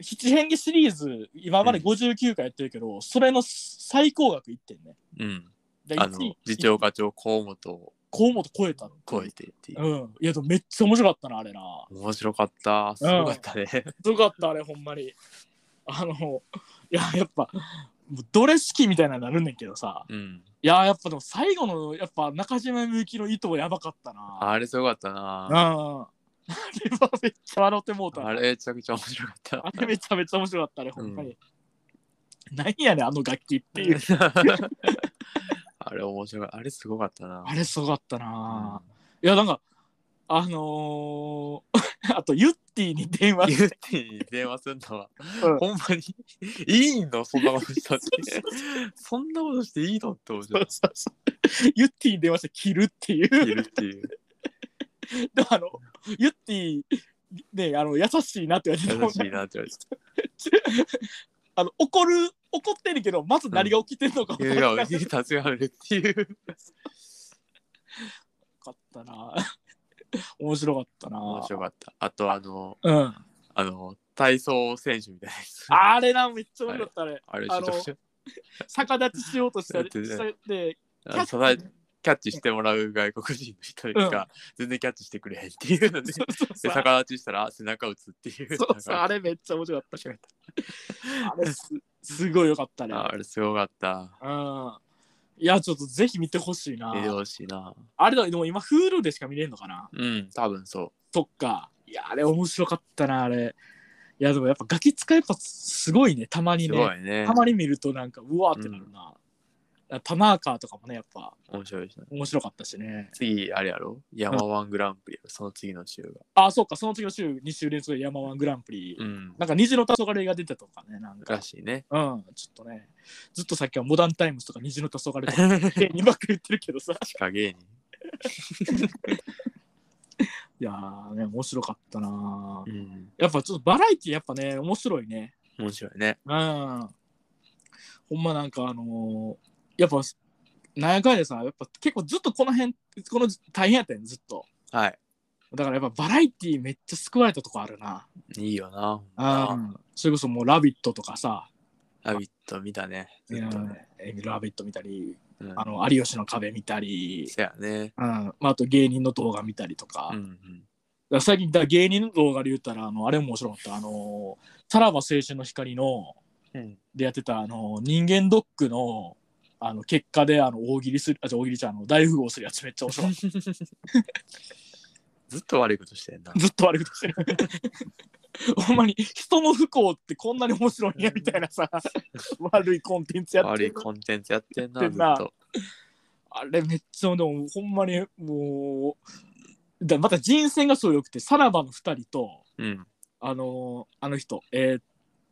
Speaker 1: 七変化シリーズ今まで
Speaker 2: うん
Speaker 1: 59回やってるけど、それの最高額いってんね
Speaker 2: うん。
Speaker 1: で
Speaker 2: あ
Speaker 1: 1
Speaker 2: の
Speaker 1: 位、
Speaker 2: 次長課長、河本を
Speaker 1: 河本超えたの
Speaker 2: 超えてっていう。
Speaker 1: うんいやでもめっちゃ面白かったなあれな
Speaker 2: 面白かった。すごかったね。
Speaker 1: すごかったあれほんまにあのいややっぱもうドレスキーみたいなのになるねんけどさ
Speaker 2: うん。
Speaker 1: いややっぱでも最後のやっぱ中島みゆきの意図やばかったな
Speaker 2: あれすごかった
Speaker 1: あ
Speaker 2: な。
Speaker 1: うん あれはめっちゃ笑ってもうたな
Speaker 2: あれ、めちゃくちゃ面白かった。
Speaker 1: あれめちゃめちゃ面白かったね、ほんまに。何やねん、あの楽器っていう。
Speaker 2: あれ面白い。あれすごかったな。
Speaker 1: あれすごかったな、ぁいや、なんか、あのー あと、ユッティに電話
Speaker 2: ユーティに電話するのは、
Speaker 1: うん
Speaker 2: ほんまにいいのそんなことしたって。そんなことしていいのって思っちゃう。
Speaker 1: ユッティに電話して切るっていう。
Speaker 2: いるっていう。
Speaker 1: でも、あの、ユッティ、ね、あの、優しいなって言われてたも
Speaker 2: 優
Speaker 1: ん
Speaker 2: しいなって言われて
Speaker 1: あの、怒る、怒ってるけど、まず何が起きてるのか
Speaker 2: い
Speaker 1: 分
Speaker 2: やい
Speaker 1: からな
Speaker 2: や、立ち上がるっていう。
Speaker 1: かったな ぁ面白かったなぁ
Speaker 2: 面白かった。あと、あの、
Speaker 1: うん。
Speaker 2: あの、体操選手みたいなやつ。
Speaker 1: あれな、めっちゃ面白かった、あれ。
Speaker 2: あれ、ちょっと
Speaker 1: あの逆立ちしようとしたり、
Speaker 2: やってた
Speaker 1: して、
Speaker 2: あのトライキャッチしてもらう外国人の人が全然キャッチしてくれへんっていうので、
Speaker 1: そうそう
Speaker 2: で
Speaker 1: そう
Speaker 2: 逆立ちしたら背中打つっていう。
Speaker 1: そうそう、
Speaker 2: なんか
Speaker 1: あれめっちゃ面白かった。あれすすごい良かったね。
Speaker 2: あれすごかった。
Speaker 1: うん。いや、ちょっとぜひ見てほしいな
Speaker 2: 見。てほしいな。
Speaker 1: あれだ、でも今、Hulu でしか見れるのかな
Speaker 2: うん、多分そ
Speaker 1: そっか。いや、あれ面白かったな、あれ。いや、でもやっぱガキ使いやっぱすごいね、たま
Speaker 2: う。
Speaker 1: に
Speaker 2: す
Speaker 1: ね。
Speaker 2: ごいね
Speaker 1: た。まに見るとなんか、うわーってなるな。タマーカーとかもね、やっぱ
Speaker 2: 面白いしな。
Speaker 1: 面白かったしね。
Speaker 2: 次、あれやろヤマワングランプリやろその次の週が。
Speaker 1: あ、そうか、その次の週、2週連続で山ワングランプリ。
Speaker 2: うん。。
Speaker 1: なんか虹の黄昏が出たとかね、なんから
Speaker 2: しいね。
Speaker 1: うん、ちょっとね、ずっとさっきはモダンタイムズとか虹の黄昏 とか芸人ばっかり言ってるけどさ。
Speaker 2: 地下芸人。
Speaker 1: いやーね、面白かったなー
Speaker 2: うん。
Speaker 1: やっぱちょっとバラエティやっぱね、面白いね。
Speaker 2: 面白いね。
Speaker 1: うん。ほんまなんかあのーやっぱ、なんやかんやさ、やっぱ結構ずっとこの辺、この大変やったよね、ずっと。
Speaker 2: はい。
Speaker 1: だからやっぱバラエティーめっちゃ救われたとこあるな。
Speaker 2: いいよな。ほん
Speaker 1: あ
Speaker 2: ま
Speaker 1: それこそもう「ラビット!」とかさ
Speaker 2: なラビット見たね。
Speaker 1: 「
Speaker 2: ず
Speaker 1: う
Speaker 2: っと
Speaker 1: ん
Speaker 2: ね。
Speaker 1: えラビット!」見たり
Speaker 2: うん
Speaker 1: あの「有吉の壁」見たり、
Speaker 2: せやね。
Speaker 1: うんまあ、あと芸人の動画見たりとか,、
Speaker 2: うん
Speaker 1: だ
Speaker 2: う
Speaker 1: か
Speaker 2: ん。
Speaker 1: ら最近だから芸人の動画で言ったらあのあれも面白かったあのさらば青春の光の
Speaker 2: うん
Speaker 1: でやってたあの人間ドックのあの結果であの大喜利するあじゃあ大喜利じゃんあの大富豪するやつめっちゃ面白かっ
Speaker 2: ずっと悪いことしてんな
Speaker 1: た。ずっと悪いことしてるほんまに人の不幸ってこんなに面白いんやみたいなさ悪いコンテンツやって
Speaker 2: 悪い
Speaker 1: る
Speaker 2: コンテンツやってんな、
Speaker 1: や
Speaker 2: ず
Speaker 1: っ
Speaker 2: って
Speaker 1: んな
Speaker 2: と。
Speaker 1: あれめっちゃでもほんまにもうだまた人選がすごい良くてさらばの2人と
Speaker 2: うん。
Speaker 1: あのーあの人えーっ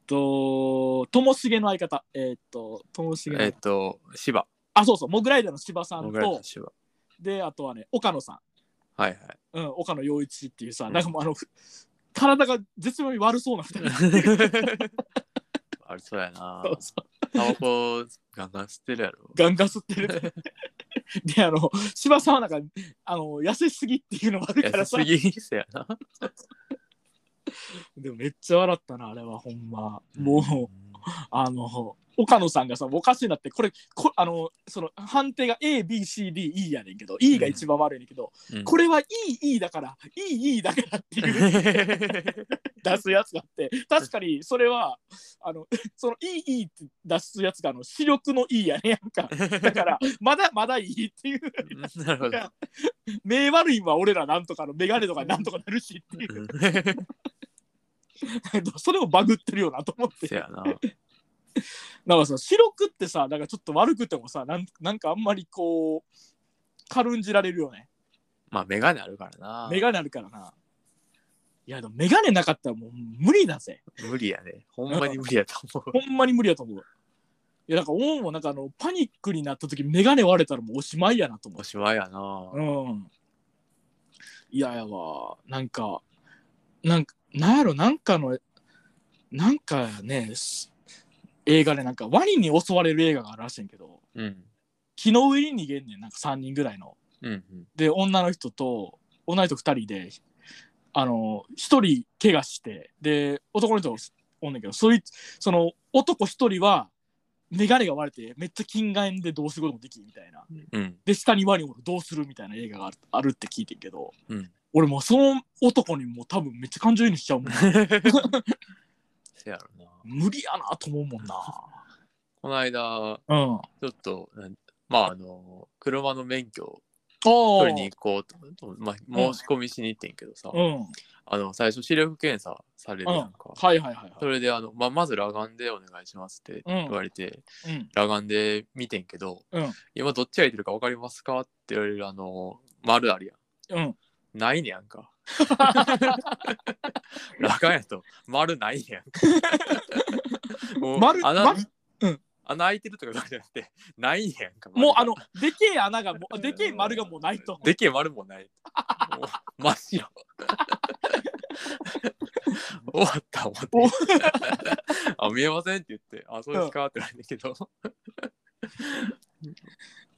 Speaker 1: とともしげの相方えーっとともしげの、
Speaker 2: えっと、芝。
Speaker 1: あそうそうモグライダーの芝さん
Speaker 2: 僕らの
Speaker 1: と
Speaker 2: 芝。
Speaker 1: であとはね岡野さ
Speaker 2: はいはい。
Speaker 1: ん、うん、岡野陽一っていうさ、
Speaker 2: うん
Speaker 1: なんかもうあのふ体が絶妙に悪そうな2人
Speaker 2: あれそうやな
Speaker 1: そ。うそう
Speaker 2: タバコガンガン吸ってるやろ。
Speaker 1: ガンガン吸って るであの芝さんはなんかあの痩せすぎっていうのもあるから
Speaker 2: 安
Speaker 1: さ
Speaker 2: すぎせやな。
Speaker 1: でもめっちゃ笑ったなあれはほんまもう。あの、岡野さんがさ、おかしいなって、これ、こあの、その判定が A、B、C、D、E やねんけど、E が一番悪いねんけど、
Speaker 2: うん、
Speaker 1: これは E、E だから、E、E だからっていう出すやつがあって、確かにそれは、あの、その E、E って出すやつが、あの、視力の E やねんやんか。だから、まだまだいいっていう、
Speaker 2: うん なるほど。
Speaker 1: 目悪いんは俺らなんとかのメガネとかなんとかなるしっていうう、
Speaker 2: ん
Speaker 1: それをバグってるよなと思って
Speaker 2: せ。やな。
Speaker 1: なんかさ白くってさなんかちょっと悪くてもさなんなんかあんまりこう軽んじられるよね
Speaker 2: まあ、メガネあるからな。
Speaker 1: メガネあるからないやでもメガネなかったらもう無理だぜ
Speaker 2: 無理やね。ほんまに無理やと思う。
Speaker 1: ほんまに無理やと思ういやなんかオウンもなんかあのパニックになった時メガネ割れたらもうおしまいやなと思
Speaker 2: おしまいやな
Speaker 1: う。うんいややわなんかなんかなんやろなんかのなんかねす映画でなんかワニに襲われる映画があるらしいんやけど
Speaker 2: うん。
Speaker 1: 木の上に逃げんねんなんか3人ぐらいの
Speaker 2: うんうん。
Speaker 1: で女の人と女の人2人であの1人怪我してで男の人おんねんけどそいつその男1人は眼鏡が割れてめっちゃ金眼でどうすることもできんみたいな
Speaker 2: うん。
Speaker 1: で下にワニおるどうするみたいな映画があるあるって聞いてんけど、
Speaker 2: うん
Speaker 1: 俺もうその男にもう多分めっちゃ感情移入しちゃうもん
Speaker 2: せやろな。
Speaker 1: 無理やなと思うもん な
Speaker 2: この間、
Speaker 1: うん
Speaker 2: ちょっと、なんまあ、あの、車の免許
Speaker 1: お
Speaker 2: 取りに行こうとと、まあ、申し込みしに行ってんけどさ、
Speaker 1: うん
Speaker 2: あの、最初、視力検査されるやんか。
Speaker 1: はいはいはいはい
Speaker 2: それで、あの、まあ、まず裸眼でお願いしますって言われて、
Speaker 1: うん
Speaker 2: 裸眼で見てんけど、
Speaker 1: うん
Speaker 2: 今どっちがいてるか分かりますかって言われる、あの、丸あるや
Speaker 1: うん
Speaker 2: ん。ないねや んか。裸眼やと、丸ないねやん か。もう
Speaker 1: 丸
Speaker 2: 穴
Speaker 1: 丸
Speaker 2: 穴開いてるとかじゃなくて、ないねやんか。丸が
Speaker 1: もうあの、でけえ穴がもう、でけえ丸がもうないと。
Speaker 2: でけえ丸もない。もう真 っ白。終わった、終わった。あ、見えませんって言って、あ、そうですかって言われたけど、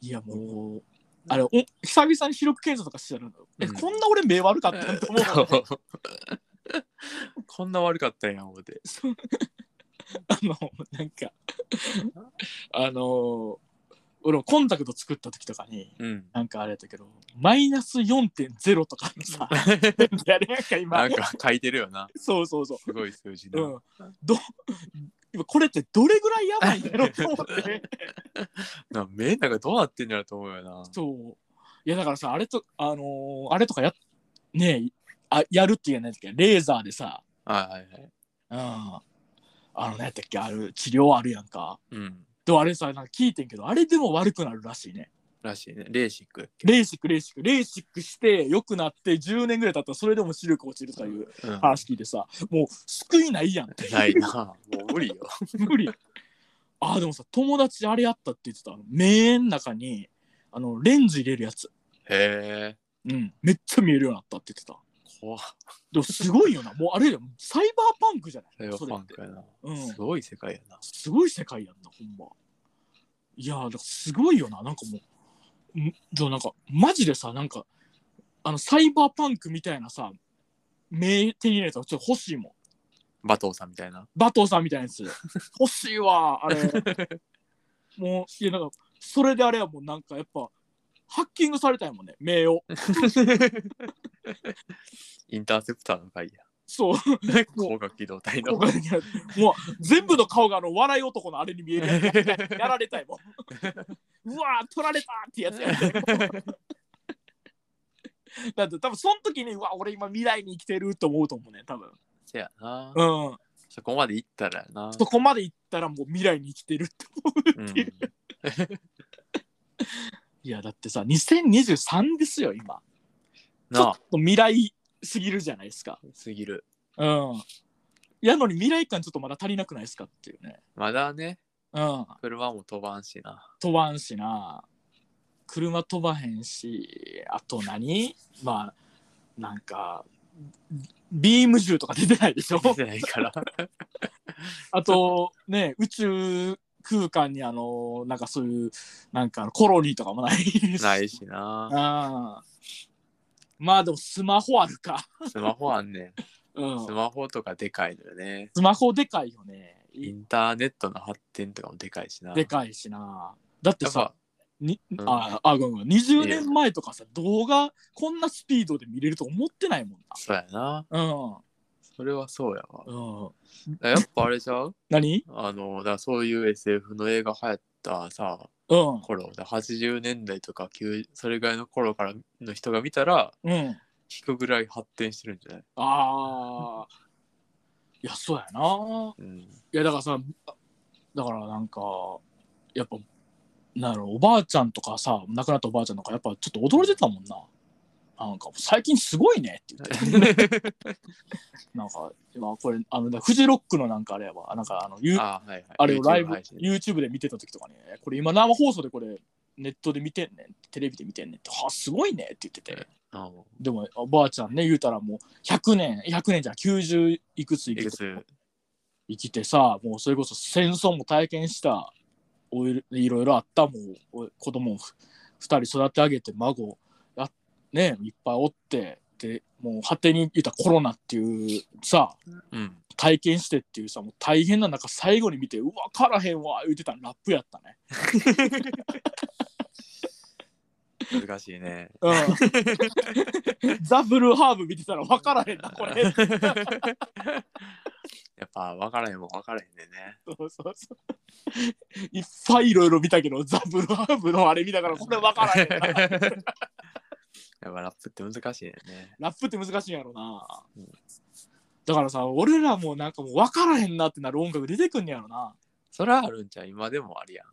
Speaker 1: いや、もう、あれ、お久々に視力検査とかしてたら、え、
Speaker 2: うん
Speaker 1: こんな俺目悪かったんと思うよね。
Speaker 2: こんな悪かったんや、思って。
Speaker 1: そう あの、なんか、あの、俺もコンタクト作った時とかに、
Speaker 2: うん。
Speaker 1: なんかあれやったけど、マイナス4.0とかのさ、やれやんか今
Speaker 2: なん、か書いてるよな。
Speaker 1: そうそうそう。
Speaker 2: すごい数字だ。
Speaker 1: うん、ど今これってどれぐらいやばいんだろうと思って。
Speaker 2: な目なんかどうなってんのやろと思うよな。
Speaker 1: そう。いやだからさ、あれと、あのーあれとかや、ねえ、あやるって言えないんだっけレーザーでさ、
Speaker 2: はいはいはい。
Speaker 1: うん。あの、ねやったっけある、治療あるやんか。
Speaker 2: うん。
Speaker 1: でもあれさ、なんか聞いてんけど、あれでも悪くなるらしいね。
Speaker 2: らしいね。レーシックだっけ。
Speaker 1: レーシック、レーシック、レーシックして良くなって10年ぐらい経ったらそれでも視力落ちるとかいう
Speaker 2: うん
Speaker 1: 話聞いてさ、もう救いないやんって。
Speaker 2: ないな。 もう無理よ。
Speaker 1: 無理。ああ、でもさ、友達あれやったって言ってた。あの目の中に、あの、レンズ入れるやつ。
Speaker 2: へえ。
Speaker 1: うん。めっちゃ見えるようになったって言ってた。
Speaker 2: 怖っ
Speaker 1: でもすごいよな。もうあれだよ。サイバーパンクじゃない
Speaker 2: それは
Speaker 1: そ
Speaker 2: パ
Speaker 1: れっ
Speaker 2: ン
Speaker 1: て
Speaker 2: クやな。
Speaker 1: うん
Speaker 2: す。ごい世界やな。
Speaker 1: すごい世界やんな、ほんま。いやー、だからすごいよな。なんかもう、んでもなんか、マジでさ、なんか、あのサイバーパンクみたいなさ名手に入れたらちょっと欲しいもん
Speaker 2: 馬頭さんみたい な。
Speaker 1: バトーさんみたいなやつ欲しいわあれもういやなんかそれであれはもうなんかやっぱハッキングされたいもんね名を
Speaker 2: インターセプターの 回や。
Speaker 1: そうもう
Speaker 2: 光学機動隊
Speaker 1: も
Speaker 2: の。
Speaker 1: う全部の顔があの笑い男のあれに見えるやつ やられたいもん。うわー取られたってやつやりたいもんだって多分その時にうわ俺今未来に生きてると思うと思うね多分
Speaker 2: せやな。
Speaker 1: うん
Speaker 2: そこまで行ったらや な。
Speaker 1: そこまで行ったらもう未来に生きてるって思う
Speaker 2: うん
Speaker 1: いやだってさ2023ですよ今ちょ
Speaker 2: な
Speaker 1: っ
Speaker 2: あ、
Speaker 1: と未来すぎるじゃないですか
Speaker 2: すぎる。
Speaker 1: うんやのに未来感ちょっとまだ足りなくないですかっていうね
Speaker 2: まだね、
Speaker 1: うん
Speaker 2: 車も飛ばんし な。
Speaker 1: 飛ばんしな車飛ばへんしあと何まあなんかビーム銃とか出てないで しょ
Speaker 2: 出てないから。
Speaker 1: あとね宇宙空間にあのなんかそういうなんかコロニーとかもないし
Speaker 2: ないしな。
Speaker 1: あまあでもスマホあるか、
Speaker 2: スマホあんね
Speaker 1: うん
Speaker 2: ん。スマホとかでかいのよね。
Speaker 1: スマホでかいよね
Speaker 2: インターネットの発展とかもでかいしな。
Speaker 1: でかいしなだって
Speaker 2: やっ
Speaker 1: さ
Speaker 2: ぱ、
Speaker 1: に
Speaker 2: ん
Speaker 1: ああごめんごめん20年前とかさ動画こんなスピードで見れると思ってないもん
Speaker 2: そうやな。
Speaker 1: なうん
Speaker 2: それはそうやわ。
Speaker 1: うん、
Speaker 2: やっぱあれちゃう
Speaker 1: 何
Speaker 2: あの、だからそういう SF の映画流行ったさ、
Speaker 1: うん。
Speaker 2: 頃、だから80年代とか、9それぐらいの頃からの人が見たら、
Speaker 1: うん。
Speaker 2: 引くぐらい発展してるんじゃない
Speaker 1: ああ。いや、そうやな。
Speaker 2: うん。
Speaker 1: いや、だからさ、だからなんか、やっぱ、なんやろおばあちゃんとかさ、亡くなったおばあちゃんとか、やっぱちょっと驚いてたもんな。なんか、最近すごいねって言って。 なんか、今これ、あの、フジロックのなんかあれやわ、なんかあの、ゆあ
Speaker 2: あ、はいはい。
Speaker 1: れをライブ
Speaker 2: YouTube 配、信
Speaker 1: YouTube で見てた時とかね、これ今生放送でこれ、ネットで見てんねん、テレビで見てんねんって、はすごいねって言ってて。
Speaker 2: うん
Speaker 1: でもおばあちゃんね言うたらもう100年100年じゃない90いくつ
Speaker 2: い
Speaker 1: 生
Speaker 2: く
Speaker 1: きて
Speaker 2: つ
Speaker 1: 生きてさもうそれこそ戦争も体験したおいいろいろあったもうお子供を2人育て上げて孫やねいっぱいおってでもう果てに言ったらコロナっていうさ
Speaker 2: うん。
Speaker 1: 体験してっていうさもう大変な中最後に見て「うわからへんわ」言うてたのラップやったね。
Speaker 2: 難しいね。
Speaker 1: うん、ザ・ブルーハーブ見てたら分からへんなこれ。
Speaker 2: やっぱ分からへんもん分からへんでね。
Speaker 1: そうそうそう。いっぱいいろいろ見たけど、ザ・ブルハーブのあれ見たから、これ分からへ んな。
Speaker 2: やっぱラップって難しいよね。
Speaker 1: ラップって難しいんやろな
Speaker 2: うん。
Speaker 1: だからさ、俺らもなんかもう分からへんなってなる音楽出てくんねやろな。
Speaker 2: それはあるんちゃう今でもあるや
Speaker 1: い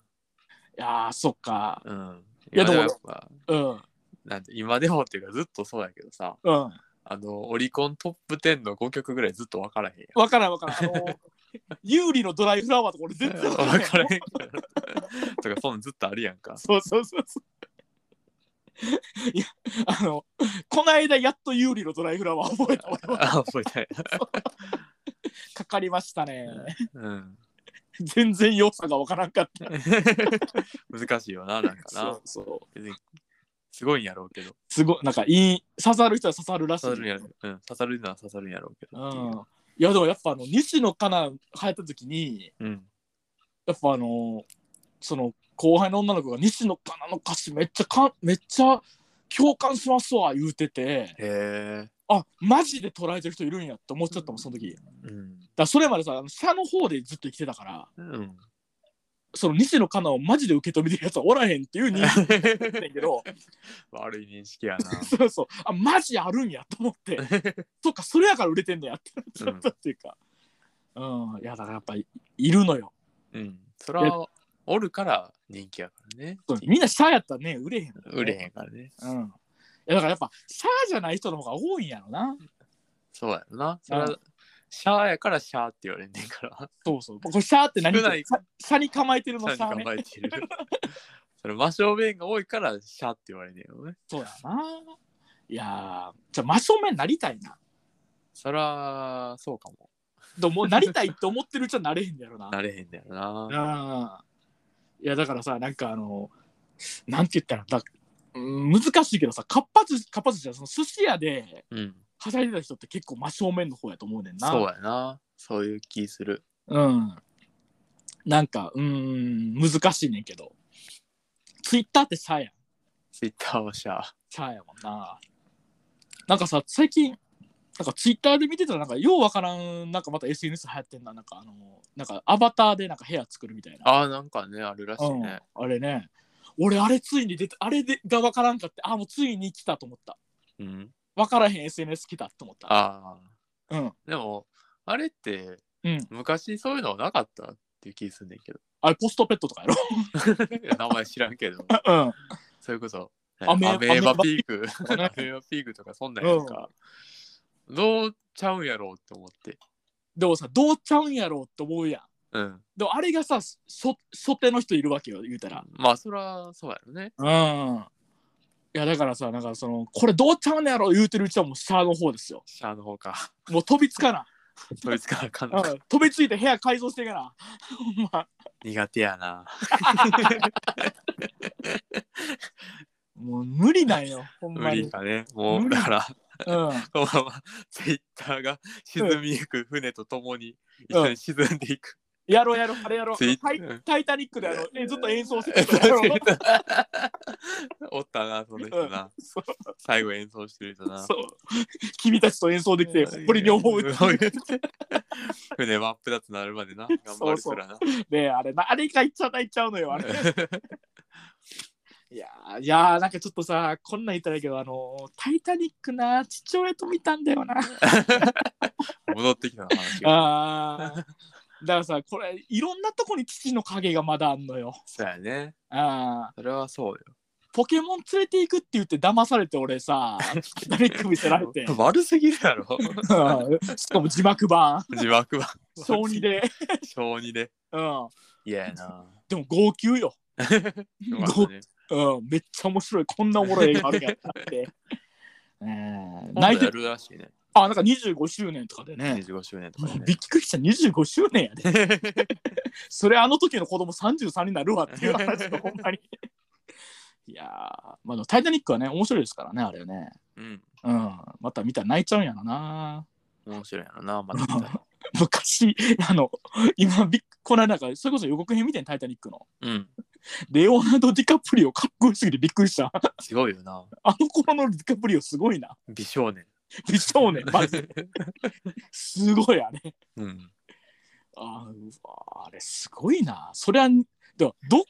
Speaker 1: やー、そっか。
Speaker 2: ん。うん。
Speaker 1: いや
Speaker 2: 今でも
Speaker 1: で
Speaker 2: や
Speaker 1: も
Speaker 2: っぱ、
Speaker 1: うん、うん、
Speaker 2: なんて今でもっていうかずっとそうやけどさ、あの、オリコントップ10の5曲ぐらいずっと分からへんや
Speaker 1: 分からん分からん。あ の、有利のドライフラワーとか俺全然分
Speaker 2: ん。
Speaker 1: からへん
Speaker 2: 分。からへんから。とか、そんなんずっとあるやんか。
Speaker 1: そうそうそうそう。いや、あの、こないだやっと有利のドライフラワー覚えた俺は。
Speaker 2: あ、覚えたい。
Speaker 1: かかりましたね。
Speaker 2: うん。
Speaker 1: 全然良さが分からんかった。
Speaker 2: 難しいよな、なんか
Speaker 1: そ
Speaker 2: な
Speaker 1: う。そう
Speaker 2: 別にすごいんやろうけど。
Speaker 1: すごいなんかいい刺さる人は刺さるらしい
Speaker 2: 刺さるんやろうん、刺さるのは刺さるんやろうけ
Speaker 1: う
Speaker 2: どってい
Speaker 1: んいやでもやっぱあの西野カナ流行った時に
Speaker 2: う。うん。
Speaker 1: やっぱあのその後輩の女の子が西野カナの歌詞めっちゃかんめっちゃ共感しますわ言うてて
Speaker 2: へえ。
Speaker 1: あマジで捉えてる人いるんやって思っちゃったもんその時だか
Speaker 2: うん。
Speaker 1: らそれまでさあの下の方でずっと生きてたから
Speaker 2: うん。
Speaker 1: その西野カナをマジで受け止めてるやつはおらへんっていう認識だったんやけど
Speaker 2: 悪い認識や
Speaker 1: そうそうあマジあるんやと思 ってそっか、それやから売れてんのやってなっちゃったっていうか。うん、いや、だからやっぱりいるのよ。
Speaker 2: な。うん。それはおるから人気やからね。
Speaker 1: そうみんなシャアやったらね、売れへんもんね、
Speaker 2: 売れへんからね。
Speaker 1: うん。いや、だからやっぱ、シャアじゃない人の方が多いんやろな。
Speaker 2: そうやろな。それ
Speaker 1: う
Speaker 2: はシャーやからシャーって言われんねんから。
Speaker 1: そうそう。これシャアって何
Speaker 2: 少ない
Speaker 1: シャシャに構えてる
Speaker 2: シ
Speaker 1: のシ
Speaker 2: ャ
Speaker 1: ャア
Speaker 2: ーに
Speaker 1: ね。
Speaker 2: 構えてる。 それ真正面が多いからシャーって言われんねんよね。
Speaker 1: そうやな。いやー、じゃあ真正面になりたいな。
Speaker 2: それはそうかも。
Speaker 1: でももうなりたいって思ってるうちはなれへんのやろな。
Speaker 2: なれへんだよな。
Speaker 1: うん。いや、だからさ、なんかあの、なんて言ったら、だうん難しいけどさ活発活発じゃんその寿司屋で
Speaker 2: うん。
Speaker 1: はしゃいでた人って結構真正面の方やと思うねんな
Speaker 2: そうやな。そういう気する。
Speaker 1: うんなんかうん難しいねんけどツイッターってシャやん
Speaker 2: ツイッターはシャア。
Speaker 1: シャやもんななんかさ最近なんかツイッターで見てたらなんかようわからんなんかまた SNS 流行ってんななんかあのなんかアバターでなんか部屋作るみたいな
Speaker 2: ああ、なんかね、あるらしいね。
Speaker 1: うん、あれね俺あれついに出てあれでが分からんかってあもうついに来たと思った
Speaker 2: うん。
Speaker 1: 分からへん SNS 来たと思った
Speaker 2: あ
Speaker 1: うん
Speaker 2: あ。でも、あれって、
Speaker 1: うん
Speaker 2: 昔そういうのはなかったっていう気すんねんけど。
Speaker 1: あれポストペットとかやろ
Speaker 2: 名前知らんけど、
Speaker 1: うん
Speaker 2: そういうこと。
Speaker 1: ア
Speaker 2: ア
Speaker 1: メ
Speaker 2: メー
Speaker 1: アメー
Speaker 2: バ
Speaker 1: バ
Speaker 2: ピーク。ア
Speaker 1: ね
Speaker 2: メーバピークとかそんなんやんか。どうちゃうんやろうって思って。
Speaker 1: でもさどうちゃうんやろうって思うやん
Speaker 2: うん。
Speaker 1: でもあれがさそ初手の人いるわけよ言うたら
Speaker 2: まあ、そらそうやろね。
Speaker 1: うんいやだからさなんかそのこれどうちゃうんやろう言うてるうちはもう下の方ですよ
Speaker 2: シャアの方 か。
Speaker 1: もう飛びつかな、
Speaker 2: そいつからあかん
Speaker 1: う
Speaker 2: のか
Speaker 1: ん、飛びついて部屋改造していかなほんま
Speaker 2: 苦手やな。
Speaker 1: もう無理なんよほん
Speaker 2: 無
Speaker 1: まに
Speaker 2: 理かね。も
Speaker 1: 無
Speaker 2: う、
Speaker 1: 理
Speaker 2: だから、
Speaker 1: うん
Speaker 2: このままツイッターが沈みゆく船とともに一緒に沈んでいく。
Speaker 1: やろうやろう、あれやろう。
Speaker 2: ツイッ
Speaker 1: タイタイタニックであの、えずっと演奏して た人やろう。
Speaker 2: おったな、その人な。
Speaker 1: そう
Speaker 2: 最後演奏してる人な
Speaker 1: そ。う君たちと演奏できて、誇りに思うっていう
Speaker 2: 船真っ二つなるまでな。頑張るからな。
Speaker 1: ねあれ、なあれがいっちゃうないっちゃうのよ、 あれ。いやー、いやーなんかちょっとさ、こんなん言ったらいいけど、あのー、タイタニックな、父親と見たんだよな。
Speaker 2: 戻ってきたな 話が。
Speaker 1: あーだからさ、これ、いろんなとこに父の影がまだあんのよ。
Speaker 2: そうやね。
Speaker 1: あー
Speaker 2: それはそうよ。
Speaker 1: ポケモン連れていくって言って騙されて、俺さ、タイタニック見せられ て。
Speaker 2: 悪すぎるやろ。
Speaker 1: うんしかも字幕版、
Speaker 2: 字幕は。
Speaker 1: 小2。で。
Speaker 2: 小二で。
Speaker 1: うん、
Speaker 2: 嫌やな。
Speaker 1: でも号泣よ、
Speaker 2: よかったね
Speaker 1: うん。めっちゃ面白い。こんなおもろい映画あるやんって。 うん
Speaker 2: 今
Speaker 1: 泣い
Speaker 2: 度
Speaker 1: て
Speaker 2: やるらしいね。
Speaker 1: あ、なんか25周年とかでね。
Speaker 2: 25周年とかでね
Speaker 1: びっくりした25周年やで。それあの時の子供33になるわっていう話がほんまに。 いやー、まあ、でもタイタニックはね、面白いですからね、あれね。
Speaker 2: うん。
Speaker 1: うん。また見たら泣いちゃうんやろな。
Speaker 2: 面白いやろな、また見 たら。
Speaker 1: 昔、あの、今びっ、この間なんか、それこそ予告編見てん、タイタニックの。
Speaker 2: うん。
Speaker 1: レオナルド・ディカプリオかっこよすぎてびっくりした。
Speaker 2: すごいよな。
Speaker 1: あの頃のディカプリオすごいな。
Speaker 2: 美少年。
Speaker 1: 美少年、マジで。すごいあれ。
Speaker 2: うん。
Speaker 1: あーうわあれすごいな。そりゃ、でもど、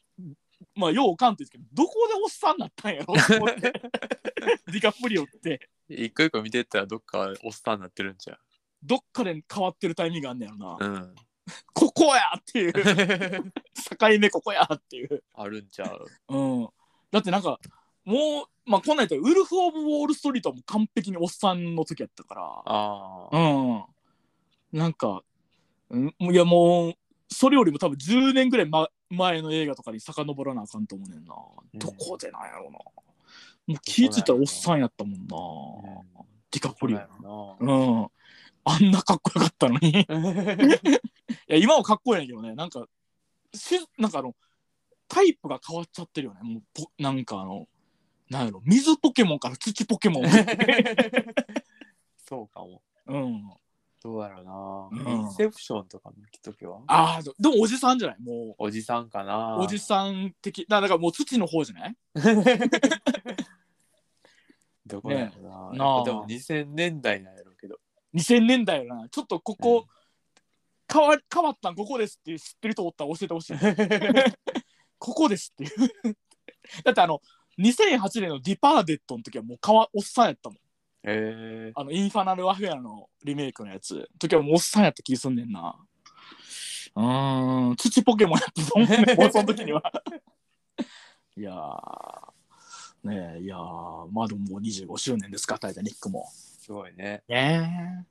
Speaker 1: まあ、ようわかんないですけど、どこでおっさんになったんやろと思ってディカプリオって、
Speaker 2: 一個一個見てったらどっかおっさんになってるんちゃ
Speaker 1: どっかで変わってるタイミングあんねやろな。
Speaker 2: ううん。
Speaker 1: ここやっていう、境目ここやっていう。
Speaker 2: あるんちゃう
Speaker 1: うん。だってなんか、もう、まあ、こんなん言ったら、ウルフ・オブ・ウォール・ストリートはもう完璧におっさんの時やったから。
Speaker 2: ああ。
Speaker 1: うん。なんか、うんいやもう、それよりも多分10年ぐらい、ま、前の映画とかに遡らなあかんと思うねんな。
Speaker 2: うん
Speaker 1: どこでなんやろうな。もう気づいたらおっさんやったもんな。ディカプリオ。
Speaker 2: う
Speaker 1: うん。あんなかっこよかったのに。 い
Speaker 2: ん。
Speaker 1: や、今はかっこいいんやけどね。なんか、しなんかあの、タイプが変わっちゃってるよね。もうポ、なんかあの、なんやろ、水ポケモンから土ポケ モン。
Speaker 2: そうかも。
Speaker 1: うん。
Speaker 2: どうやろうな。
Speaker 1: うん
Speaker 2: インセプションとかの時ときは
Speaker 1: ああ、でもおじさんじゃないもう。
Speaker 2: おじさんかな。
Speaker 1: おじさん的だだからもう土の方じゃない
Speaker 2: どこやろな。
Speaker 1: ね
Speaker 2: やっぱでも2000年代なんやろうけど。
Speaker 1: 2000年代よなちょっとここ、変わ変わったんここですっていう知ってると思ったら教えてほしいここですっていう だってあの2008年の「ディパーデット」の時はもう川おっさんやったもん
Speaker 2: へえ。
Speaker 1: あのインファナル・ワフェアのリメイクのやつの時はもうおっさんやった気すんねんなうーん土ポケモンやったと思うねもうその時にはいやーねえいやーまあでももう25周年ですか「タイタニック」も
Speaker 2: すごいね。
Speaker 1: ねえ。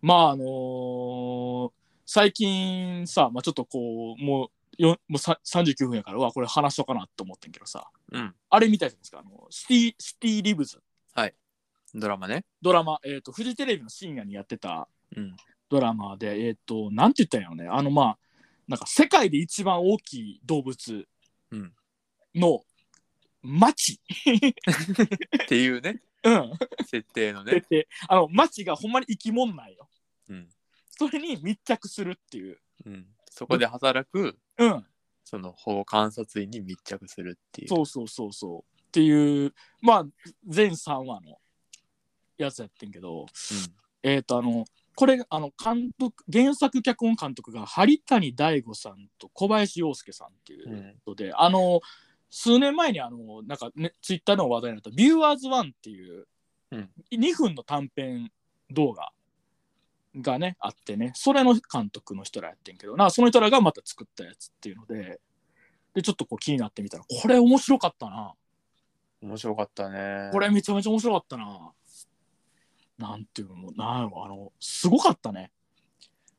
Speaker 1: まああのー最近さ、まあ、ちょっとこうもうよもうさ39分やからうわこれ話しとかなと思ってんけどさ
Speaker 2: うん。
Speaker 1: あれみたいじゃないですかあのシティシティリブズ
Speaker 2: ドラマね。
Speaker 1: ドラマ、えー、とフジテレビの深夜にやってた
Speaker 2: うん。
Speaker 1: ドラマでえっ、となんて言ったんやろねあのまあなんか世界で一番大きい動物
Speaker 2: うん
Speaker 1: のマチ。
Speaker 2: っていうね、
Speaker 1: うん。
Speaker 2: 設定の
Speaker 1: 出
Speaker 2: ね。
Speaker 1: て、 あの、マチがほんまに生き物なんよ。
Speaker 2: うん。
Speaker 1: それに密着するっていう。
Speaker 2: うん。そこで働く、
Speaker 1: うん。
Speaker 2: その保護観察員に密着するっていう。。
Speaker 1: そうそうそうそう。っていう、まあ、全3話のやつやってんけど、えっ、と、あの、これ、あの、監督、原作脚本監督が、針谷大悟さんと小林洋介さんっていううん
Speaker 2: うん。
Speaker 1: ことで、あの、数年前に、あの、なんか、ね、ツイッターの話題になった、ビューアーズワンっていう、
Speaker 2: うん
Speaker 1: 2分の短編動画がね、あってね、それの監督の人らやってんけどな、その人らがまた作ったやつっていうので、で、ちょっとこう気になってみたら、これ面白かったな。
Speaker 2: 面白かったね。
Speaker 1: これめちゃめちゃ面白かったな。なんていうの、なんやろ、あの、すごかったね。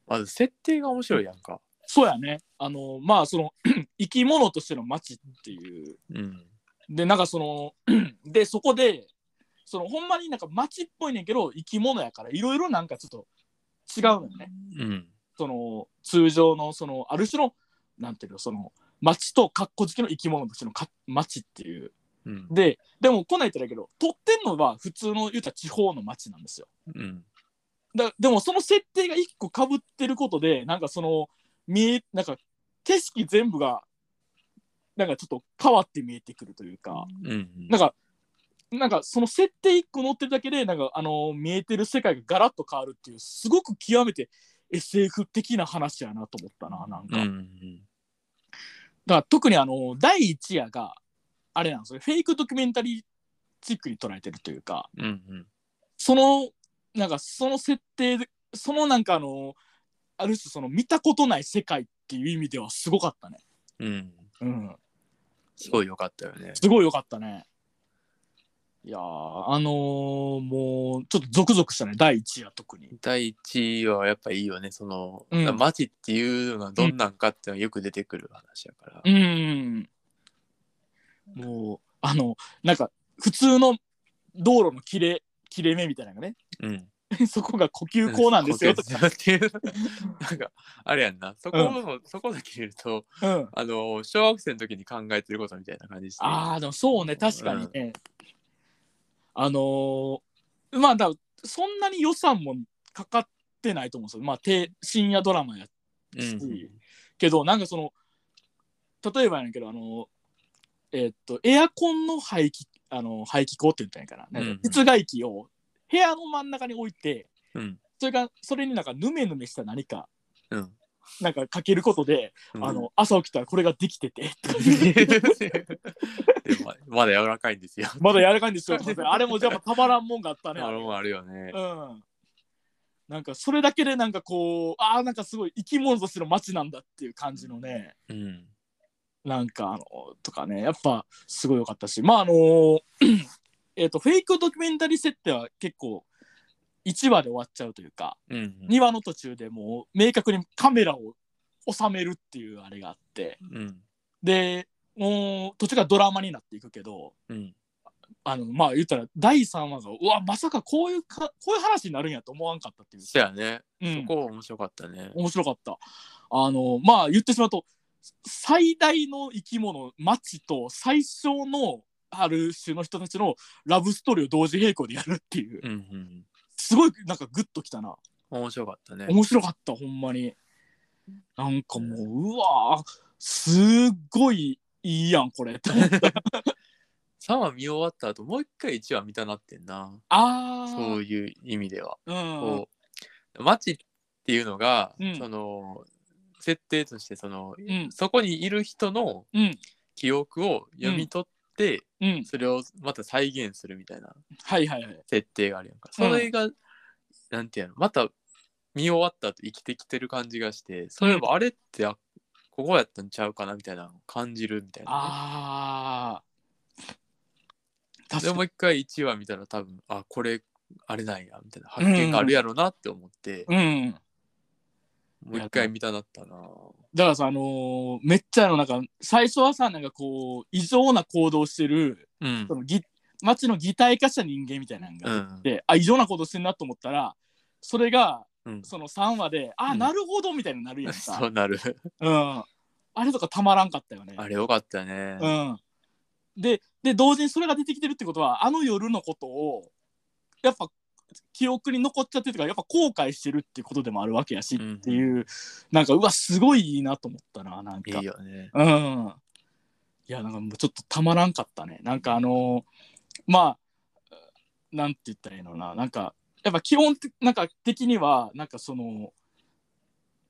Speaker 2: まず設定が面白いやんか。
Speaker 1: そうやね。あの、まあ、その、 生き物としての街っていう。
Speaker 2: うん。
Speaker 1: で、なんかその、 で、そこで、その、ほんまになんか街っぽいねんけど、生き物やから、いろいろなんかちょっと違うのよね。
Speaker 2: うん。
Speaker 1: その、通常の、その、ある種の、なんていうの、その、街と格好好きの生き物としてのか街っていう。
Speaker 2: うん。
Speaker 1: で、でも、こんなん言ったらいいけど、撮ってんのは普通の、言うたら地方の街なんですよ。
Speaker 2: うん。
Speaker 1: だでもその設定が一個かぶってることでなんかその見えなんか景色全部がなんかちょっと変わって見えてくるというか、
Speaker 2: うん。
Speaker 1: なんかなんかその設定一個載ってるだけでなんかあの見えてる世界がガラッと変わるっていうすごく極めて SF 的な話やなと思ったななんか、
Speaker 2: うん。う
Speaker 1: だか
Speaker 2: ん。
Speaker 1: ら特にあの第一夜があれなんですよねフェイクドキュメンタリーチックに捉えてるというか、
Speaker 2: うん。うん。
Speaker 1: そのなんかその設定でそのなんかあのある種その見たことない世界っていう意味ではすごかったね。
Speaker 2: うん。
Speaker 1: うん、
Speaker 2: すごい良かったよね。
Speaker 1: すごい良かったね。いやーあのーもうちょっとゾクゾクしたね第一夜特に。
Speaker 2: 第一位はやっぱいいよね。その、
Speaker 1: うん
Speaker 2: 街っていうのはどんなんかっていうのがよく出てくる話やから。
Speaker 1: うんもうあのなんか普通の道路の切れ切れ目みたいなのがね
Speaker 2: うん。
Speaker 1: そこが呼吸口なん ですよと
Speaker 2: 呼
Speaker 1: か。
Speaker 2: 吸口なんですよっていう。なんか、あれやんな。そこの、そこだけ見ると、
Speaker 1: うん
Speaker 2: あの、小学生の時に考えてることみたいな感じして。
Speaker 1: ああ、でもそうね、確かにね。あのーまあ、だからそんなに予算もかかってないと思うんですよ。まあ、て深夜ドラマや
Speaker 2: うん。
Speaker 1: けど、なんかその、例えばやねんけど、あのーえーっと、エアコンの排気、あのー排気口って言ったんやから、なんか
Speaker 2: うんうん
Speaker 1: 室外機を部屋の真ん中に置いて、
Speaker 2: うん。
Speaker 1: それが、それになんかヌメヌメした何か、
Speaker 2: うん。
Speaker 1: なんかかけることで、
Speaker 2: うん
Speaker 1: あ、の、朝起きたらこれができてて、
Speaker 2: でも まだ柔らかいんですよ。
Speaker 1: まだ柔らかいん ですよ。あれもじゃあたまらんもんがあったね。
Speaker 2: あれもあるよね。
Speaker 1: うん。なんかそれだけでなんかこうああなんかすごい生き物としての街なんだっていう感じのね、
Speaker 2: うん。
Speaker 1: なんかあのとかねやっぱすごい良かったしまああの えっとフェイクドキュメンタリー設定は結構1話で終わっちゃうというか
Speaker 2: うん。
Speaker 1: 2話の途中でもう明確にカメラを収めるっていうあれがあって
Speaker 2: うん。
Speaker 1: でもう途中からドラマになっていくけど
Speaker 2: うん。
Speaker 1: あのまあ言ったら第3話がうわまさかこういうかこういう話になるんやと思わんかったっていう。
Speaker 2: そやね。
Speaker 1: うん
Speaker 2: そこ面白かったね。
Speaker 1: 面白かった。あのまあ言ってしまうと最大の生き物町と最小のある種の人たちのラブストーリーを同時並行でやるっていう
Speaker 2: うん。うん。
Speaker 1: すごいなんかグッときたな
Speaker 2: 面白かったね。
Speaker 1: 面白かったほんまになんかもううわーすっごいいいやんこ れって思った
Speaker 2: 3話見終わった後、もう一回1話見たなってんな。
Speaker 1: ああ
Speaker 2: そういう意味では。
Speaker 1: うん
Speaker 2: こう街っていうのが、
Speaker 1: うん
Speaker 2: その設定としてその
Speaker 1: うん
Speaker 2: そこにいる人の
Speaker 1: うん
Speaker 2: 記憶を読み取って、
Speaker 1: うん
Speaker 2: それをまた再現するみたいな
Speaker 1: はいはいはい
Speaker 2: 設定があるやんか。それが、なんていうのまた見終わった後生きてきてる感じがしてそういえばあれってあここやったんちゃうかなみたいなのを感じるみたいなね。
Speaker 1: ああ確
Speaker 2: で
Speaker 1: かに
Speaker 2: もう一回1話見たら多分あこれあれなんやみたいな発見があるやろなって思って、
Speaker 1: うん
Speaker 2: もう一回見たなったな。
Speaker 1: だからさ、あのーめっちゃあのなんか最初はさなんかこう異常な行動してる
Speaker 2: うん
Speaker 1: そのぎ街の擬態化した人間みたいなの
Speaker 2: う
Speaker 1: が
Speaker 2: ん
Speaker 1: で、あ異常な行動してんなと思ったらそれが
Speaker 2: うん
Speaker 1: その3話で、あ
Speaker 2: うん
Speaker 1: なるほどみたいになるやん
Speaker 2: そ
Speaker 1: か、
Speaker 2: うなる。
Speaker 1: うん、あれとかたまらんかったよね
Speaker 2: あれよかったね。
Speaker 1: うん、でで同時にそれが出てきてるってことはあの夜のことをやっぱ記憶に残っちゃってるとかやっぱ後悔してるっていうことでもあるわけやし
Speaker 2: うん
Speaker 1: っていう、なんかうわすごいいいなと思ったななん
Speaker 2: い
Speaker 1: か
Speaker 2: いよね。
Speaker 1: うんいやなんかもうちょっとたまらんかったねなんかあのーまあなんて言ったらいいのかななんかやっぱ基本的なんか的にはなんかその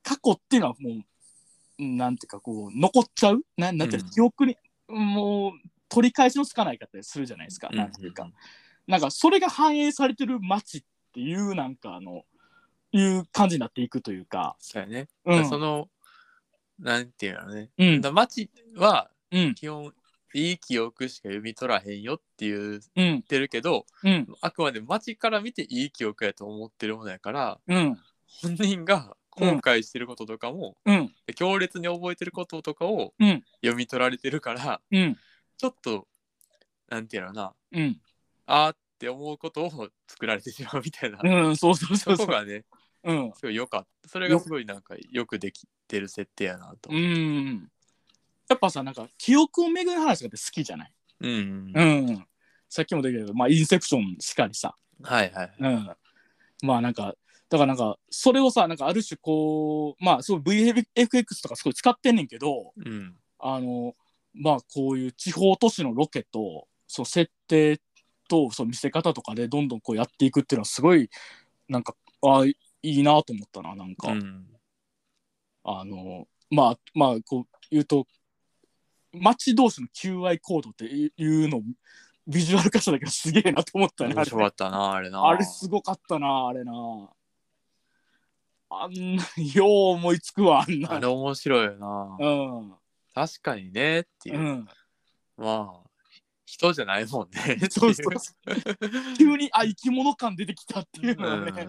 Speaker 1: 過去っていうのはもううんなんていうかこう残っちゃうななんていうの
Speaker 2: うん
Speaker 1: 記憶に、もう取り返しのつかないかったりするじゃないですか、
Speaker 2: うん
Speaker 1: なんていうかなんかそれが反映されてる街っていうなんかあのいう感じになっていくというか、
Speaker 2: そうやね。
Speaker 1: う
Speaker 2: そ
Speaker 1: ん
Speaker 2: の、なんていうのね。
Speaker 1: うん
Speaker 2: だ街は
Speaker 1: うん
Speaker 2: 基本、いい記憶しか読み取らへんよって言っ
Speaker 1: うん
Speaker 2: てるけど、
Speaker 1: うん
Speaker 2: あくまで街から見ていい記憶やと思ってるものやから、
Speaker 1: うん
Speaker 2: 本人が後悔してることとかも、
Speaker 1: うん
Speaker 2: 強烈に覚えてることとかを
Speaker 1: うん
Speaker 2: 読み取られてるから、
Speaker 1: うん
Speaker 2: ちょっと、なんていうのな、
Speaker 1: うん
Speaker 2: あーって思うことを作られてしまうみたいな、
Speaker 1: うん、そうそうそうそ。
Speaker 2: そうこがね、
Speaker 1: うん。
Speaker 2: すごい良かった。それがすごいなんかよくできてる設定やなと。
Speaker 1: うん。やっぱさ、なんか記憶をめぐる話が好きじゃない。
Speaker 2: うんうん
Speaker 1: う。ん。さっきも出てきたけど、まあ、インセプションしかりさ。
Speaker 2: はいはい。
Speaker 1: うん。まあ、なんか、だからなんか、それをさ、なんかある種こう、まあ、そう VFX とかすごい使ってんねんけど、
Speaker 2: うん。
Speaker 1: あの、まあ、こういう地方都市のロケと、そう、設定と、そう、見せ方とかでどんどんこうやっていくっていうのはすごい、なんか、ああ、いいなと思ったな、なんか。
Speaker 2: うん。
Speaker 1: あのまあまあこう言うと町同士の求愛行動っていうのをビジュアル化しただけどすげえなと思ったねあ
Speaker 2: 面白か
Speaker 1: れ
Speaker 2: ったな、あれな。
Speaker 1: あれすごかったなあれなあんなよう思いつくわあん
Speaker 2: あ
Speaker 1: な
Speaker 2: れ面白いよな
Speaker 1: う。ん
Speaker 2: 確かにねっていうう。
Speaker 1: ん
Speaker 2: まあ、人じゃないもんね。
Speaker 1: そうそうそ急にあ生き物感出てきたっていうの
Speaker 2: う
Speaker 1: は
Speaker 2: ん
Speaker 1: ね、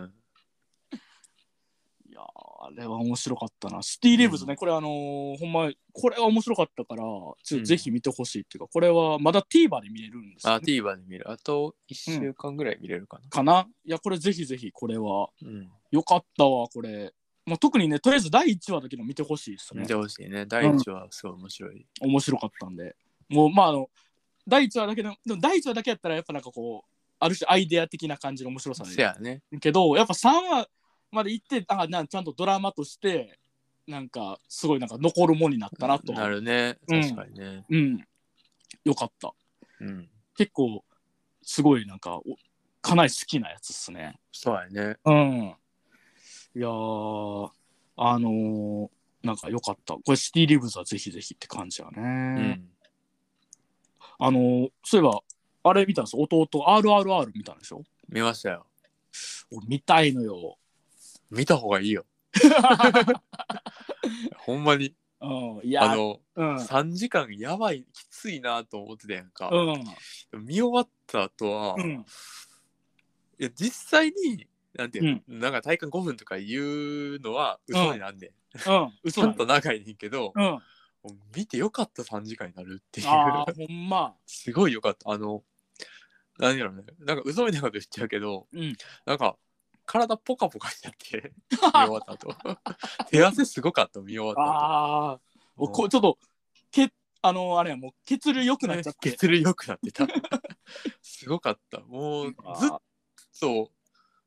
Speaker 1: いやーあれは面白かったな。シティ・レイブズね、これあのーほんま、これは面白かったから、ちょ
Speaker 2: うん
Speaker 1: ぜひ見てほしいっていうか、これはまだ TVer で見れるんですよ
Speaker 2: あ、
Speaker 1: ね、
Speaker 2: TVer で見る。あと1週間ぐらい見れるかな。
Speaker 1: かな。いや、これぜひぜひ、これは。
Speaker 2: うん。
Speaker 1: よかったわ、これ。まあ、特にね、とりあえず第1話だけど見てほしいですね
Speaker 2: 見て。ほしいね。第一話すごい面白い。
Speaker 1: 面白かったんで。もう、まあ、あの、第1話だけど、でも第1話だけやったら、やっぱなんかこう、ある種アイデア的な感じの面白さ
Speaker 2: せ
Speaker 1: で。
Speaker 2: やね。
Speaker 1: けど、やっぱ3話まで行って、あなんちゃんとドラマとして、なんか、すごいなんか残るもんになったなと。
Speaker 2: なるね。
Speaker 1: うん
Speaker 2: 確かにね。
Speaker 1: うん。よかった。
Speaker 2: うん。
Speaker 1: 結構、すごいなんか、おかなり好きなやつっすね。
Speaker 2: そうやね。
Speaker 1: うん。いやー、あのーなんか良かった。これシティリブズはぜひぜひって感じやね。
Speaker 2: うん。
Speaker 1: あのーそういえば、あれ見たんですよ。弟、RRR 見たんでしょ
Speaker 2: 見ましたよ。
Speaker 1: 俺見たいのよ。
Speaker 2: 見た方がい いよ。ほんまに。
Speaker 1: うん。いや
Speaker 2: あ
Speaker 1: ー、
Speaker 2: の、
Speaker 1: うん。
Speaker 2: 3時間やばい、きついなと思ってたやんか。
Speaker 1: うん。
Speaker 2: 見終わった後は、
Speaker 1: う
Speaker 2: い
Speaker 1: ん。
Speaker 2: や実際に、なんていうの、なんか体感5分とか言うのは嘘になんで、
Speaker 1: うん。
Speaker 2: ち
Speaker 1: 嘘
Speaker 2: ゃ
Speaker 1: だ
Speaker 2: んと長いねんけど、
Speaker 1: うん。あ
Speaker 2: もう見てよかった3時間になるっていう、
Speaker 1: あー、ほんま。
Speaker 2: すごいよかった。あの、何やろね、なんか嘘みたいなこと言っちゃうけど、
Speaker 1: うん。
Speaker 2: なんか、体ポカポカしち ゃって、見終わった後。 手汗すごかった、見終わった後。
Speaker 1: ああ、おこちょっと、けあのーあれや、もう血流良くなっちゃって。
Speaker 2: 血流良くなってた。すごかった。もうずっと、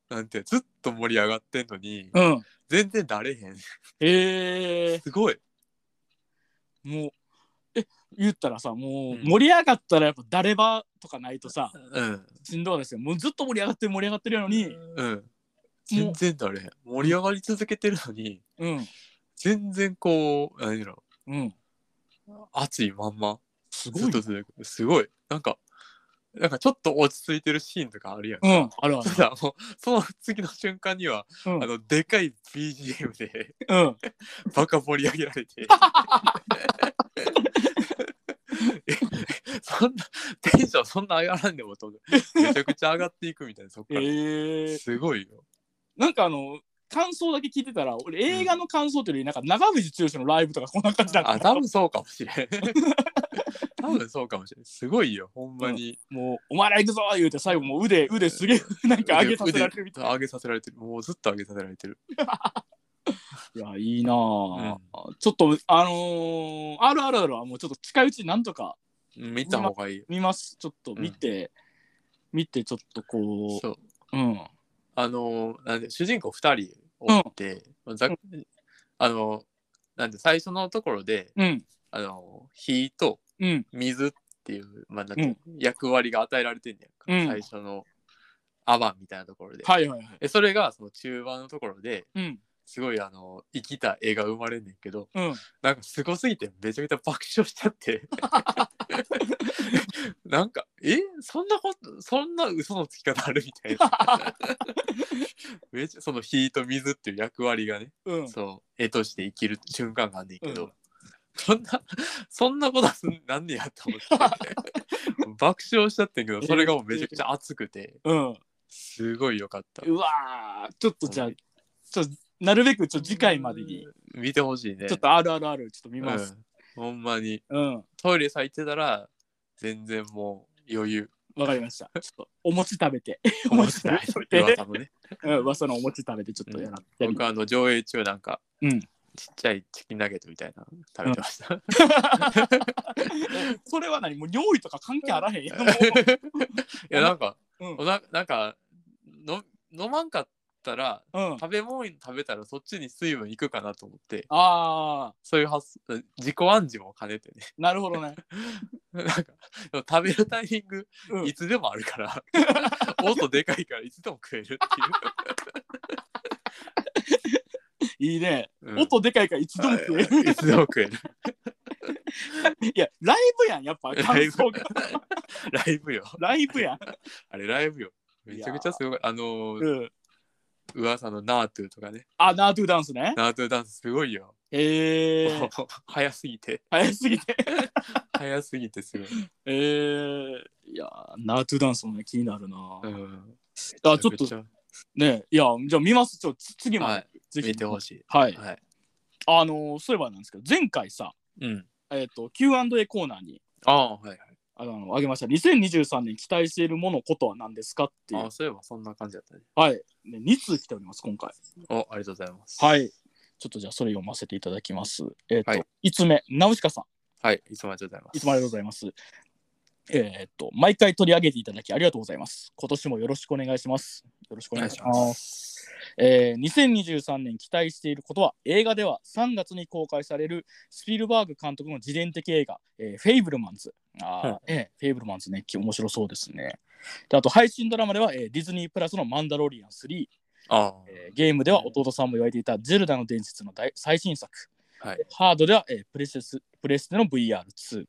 Speaker 2: なんて、ずっと盛り上がってんのに、
Speaker 1: うん。
Speaker 2: 全然だれへん。
Speaker 1: ええ
Speaker 2: すごい。
Speaker 1: もう、え、言ったらさ、もう
Speaker 2: うん
Speaker 1: 盛り上がったらやっぱ誰ばとかないと さ、
Speaker 2: うん。
Speaker 1: しんどいですよ。もうずっと盛り上がってる盛り上がってるのに、
Speaker 2: うん。全然だれへん。盛り上がり続けてるのに、
Speaker 1: うん、
Speaker 2: 全然こう、何やろ、
Speaker 1: うん、
Speaker 2: 熱いまんま。
Speaker 1: すごい
Speaker 2: ずっと
Speaker 1: ね。
Speaker 2: 続く。すごい。なんか、なんかちょっと落ち着いてるシーンとかあるやん。
Speaker 1: うん、あ るある。
Speaker 2: ただもうその次の瞬間には、
Speaker 1: うん
Speaker 2: あのでかい BGM で
Speaker 1: うん、
Speaker 2: バカ盛り上げられて。そんな、テンションそんな上がらんでもと、めちゃくちゃ上がっていくみたいな、そっから。
Speaker 1: ええ
Speaker 2: すごいよ。
Speaker 1: なんかあの、感想だけ聞いてたら、俺映画の感想というより、なんか長渕剛のライブとかこんな感じだった
Speaker 2: あ、多分そうかもしれん。多分そうかもしれん。すごいよ、ほんまに。
Speaker 1: もう、お前ら行くぞー言うて、最後もう腕、腕すげえ、 なんか上げさせられるみたい
Speaker 2: 上げさせられてる。もうずっと上げさせられてる。
Speaker 1: な。いや、いいなぁ、ちょっと、あのー、あるあるあるはもうちょっと近いうちになんとか
Speaker 2: 見た方がいいよ。
Speaker 1: 見ますちょっと見て、見てちょっとこ
Speaker 2: そう。
Speaker 1: ううん
Speaker 2: あのなんで主人公2人おって、ざっあのなんで最初のところで
Speaker 1: うん
Speaker 2: あの火と
Speaker 1: うん
Speaker 2: 水っていう、まあ、なんて役割が与えられてんねやんか、
Speaker 1: うん
Speaker 2: 最初のアバンみたいなところで、
Speaker 1: はいはいはい
Speaker 2: えそれがその中盤のところで
Speaker 1: うん
Speaker 2: すごいあの生きた絵が生まれんねんけど
Speaker 1: うん
Speaker 2: なんかすごすぎてめちゃめちゃ爆笑しちゃって なんかえそんなことそんな嘘のつき方あるみたいなめちゃその火と水っていう役割がね、
Speaker 1: うん
Speaker 2: そう絵として生きる瞬間があんねんけど、
Speaker 1: うん
Speaker 2: そんなそんなことすんなんねやと思って爆笑しちゃってんけどそれがもうめちゃくちゃ熱くて
Speaker 1: うん
Speaker 2: すごい良かった。
Speaker 1: うわーちょっとじゃあちょなるべくちょ次回までに
Speaker 2: 見てほしいね。
Speaker 1: ちょっと RRR ちょっと見ます
Speaker 2: うん、ほんまに
Speaker 1: うんわ、
Speaker 2: トイレ咲いてたら全然もう余裕
Speaker 1: かりま したちょっとお餅食べて
Speaker 2: おもしない
Speaker 1: て
Speaker 2: 噂のね
Speaker 1: うん噂のお餅食べて ちょっとやら、やり
Speaker 2: 僕あの上映中なんか
Speaker 1: うん
Speaker 2: ちっちゃいチキンナゲットみたいなの食べてました、
Speaker 1: それは何もう料理とか関係あらへんやんも
Speaker 2: いやなんか、
Speaker 1: うん
Speaker 2: おななんかの飲まんかったら
Speaker 1: う、うん、あ
Speaker 2: 食べ物食べたらそっちに水分いくかなと思って
Speaker 1: あ
Speaker 2: そういう発想自己暗示も兼ねて ね
Speaker 1: ーなるほどね、
Speaker 2: なんかでも食べるタイミング
Speaker 1: うん
Speaker 2: いつでもあるから、 音でかいからいつでも食えるっていう
Speaker 1: いいね、
Speaker 2: うん
Speaker 1: 音でかいからいつでも食える
Speaker 2: いつでも食える。
Speaker 1: いやライブやんやっぱ
Speaker 2: ライ
Speaker 1: 感
Speaker 2: ブ
Speaker 1: 想が
Speaker 2: ライブよ。
Speaker 1: ライブやん、
Speaker 2: あれライブよ。めちゃくちゃすごい。あのー、
Speaker 1: うん、
Speaker 2: 噂のナートゥとかね。
Speaker 1: あナートゥダンスね
Speaker 2: ナートゥダンスすごいよ。
Speaker 1: えー、
Speaker 2: 早すぎて、
Speaker 1: 早すぎて
Speaker 2: 早すぎてすごい。
Speaker 1: えー、いやナートゥダンスもね気になるな、あ
Speaker 2: うん、
Speaker 1: ちょっと
Speaker 2: めちゃく
Speaker 1: ねいやじゃあ見ますちょつ次
Speaker 2: ちゃ
Speaker 1: まで、
Speaker 2: はい、
Speaker 1: ぜひ
Speaker 2: 見てほしい。
Speaker 1: はい、
Speaker 2: はい。
Speaker 1: あのーそういえばなんですけど前回さ
Speaker 2: うん。
Speaker 1: えっ、と Q&A コーナーに
Speaker 2: ああ、はいはい。
Speaker 1: あのあげました2023年期待しているものことは何ですかってい
Speaker 2: あ
Speaker 1: う
Speaker 2: あ、そういえばそんな感じだったね。
Speaker 1: はい、ね、2通来ております今回
Speaker 2: お、ありがとうございます。。
Speaker 1: はいいちょっとじゃあそれ読ませていただきますえっ、と、
Speaker 2: は
Speaker 1: はいつ目ナウシカさん
Speaker 2: はい、いつもありがとうございます。
Speaker 1: いつもありがとうございます。えーっと、毎回取り上げていただきありがとうございます。今年もよろしくお願いします。よろしくお願いし
Speaker 2: お願
Speaker 1: ま。
Speaker 2: いします
Speaker 1: えー2023年期待していることは、映画では3月に公開されるスピルバーグ監督の自伝的映画、えーフェイブルマンズ。あー
Speaker 2: はい
Speaker 1: えーフェイブルマンズね、面白そうですね。であと、配信ドラマでは、えーディズニープラスのマンダロリアン3、
Speaker 2: ああ、
Speaker 1: えーゲームでは弟さんも言われていたゼルダの伝説の大最新作、
Speaker 2: はい
Speaker 1: ハードでは、えープレセスプレステの VR2。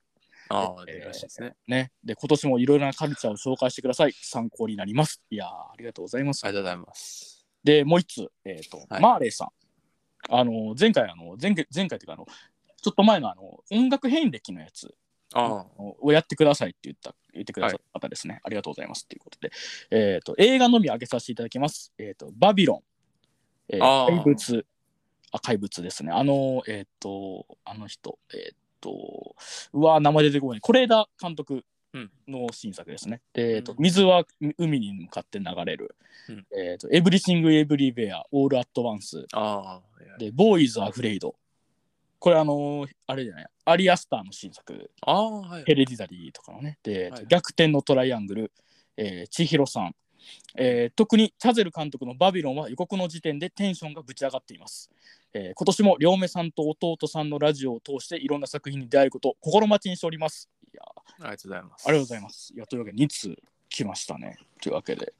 Speaker 2: ああ、
Speaker 1: えー
Speaker 2: 出るらしいですね。
Speaker 1: ね、で今年もいろいろなカルチャーを紹介してください。参考になります。いやーありがとうございます。
Speaker 2: ありがとうございます。
Speaker 1: で、もう一つ、えーと
Speaker 2: はい
Speaker 1: マーレーさん。あの前回あの前回、前回というかあの、ちょっと前のあの音楽変歴のやつ
Speaker 2: あ
Speaker 1: をやってくださいって言った言ってくださった方ですね、ありがとうございますということで、えーと、映画のみ上げさせていただきます。えーとバビロン、えー
Speaker 2: あー
Speaker 1: 怪物あ、怪物ですね。あの、えっ、と、あの人、えっ、と、うわー、名前出てこない。是枝監督
Speaker 2: うん
Speaker 1: の新作ですね。でえっ、と、
Speaker 2: うん
Speaker 1: 水は海に向かって流れる。
Speaker 2: うん
Speaker 1: えっ、と、エブリシング・エブリベア、オール・アット・ワンス。
Speaker 2: あ、ああ、いや
Speaker 1: で、ボーイズ・アフレイド。これ、あのーあれじゃない、アリアスターの新作。
Speaker 2: ああ、はい。
Speaker 1: ヘレディザリーとかのね、で、
Speaker 2: はい
Speaker 1: 逆転のトライアングル、えー、千尋さん、えー特にチャゼル監督のバビロンは予告の時点でテンションがぶち上がっています。えー今年も両目さんと弟さんのラジオを通していろんな作品に出会えることを心待ちにしております。いやー、あ
Speaker 2: ありがとうございます。
Speaker 1: りがとうございます。いや、というわけで2通来ましたね。というわけで、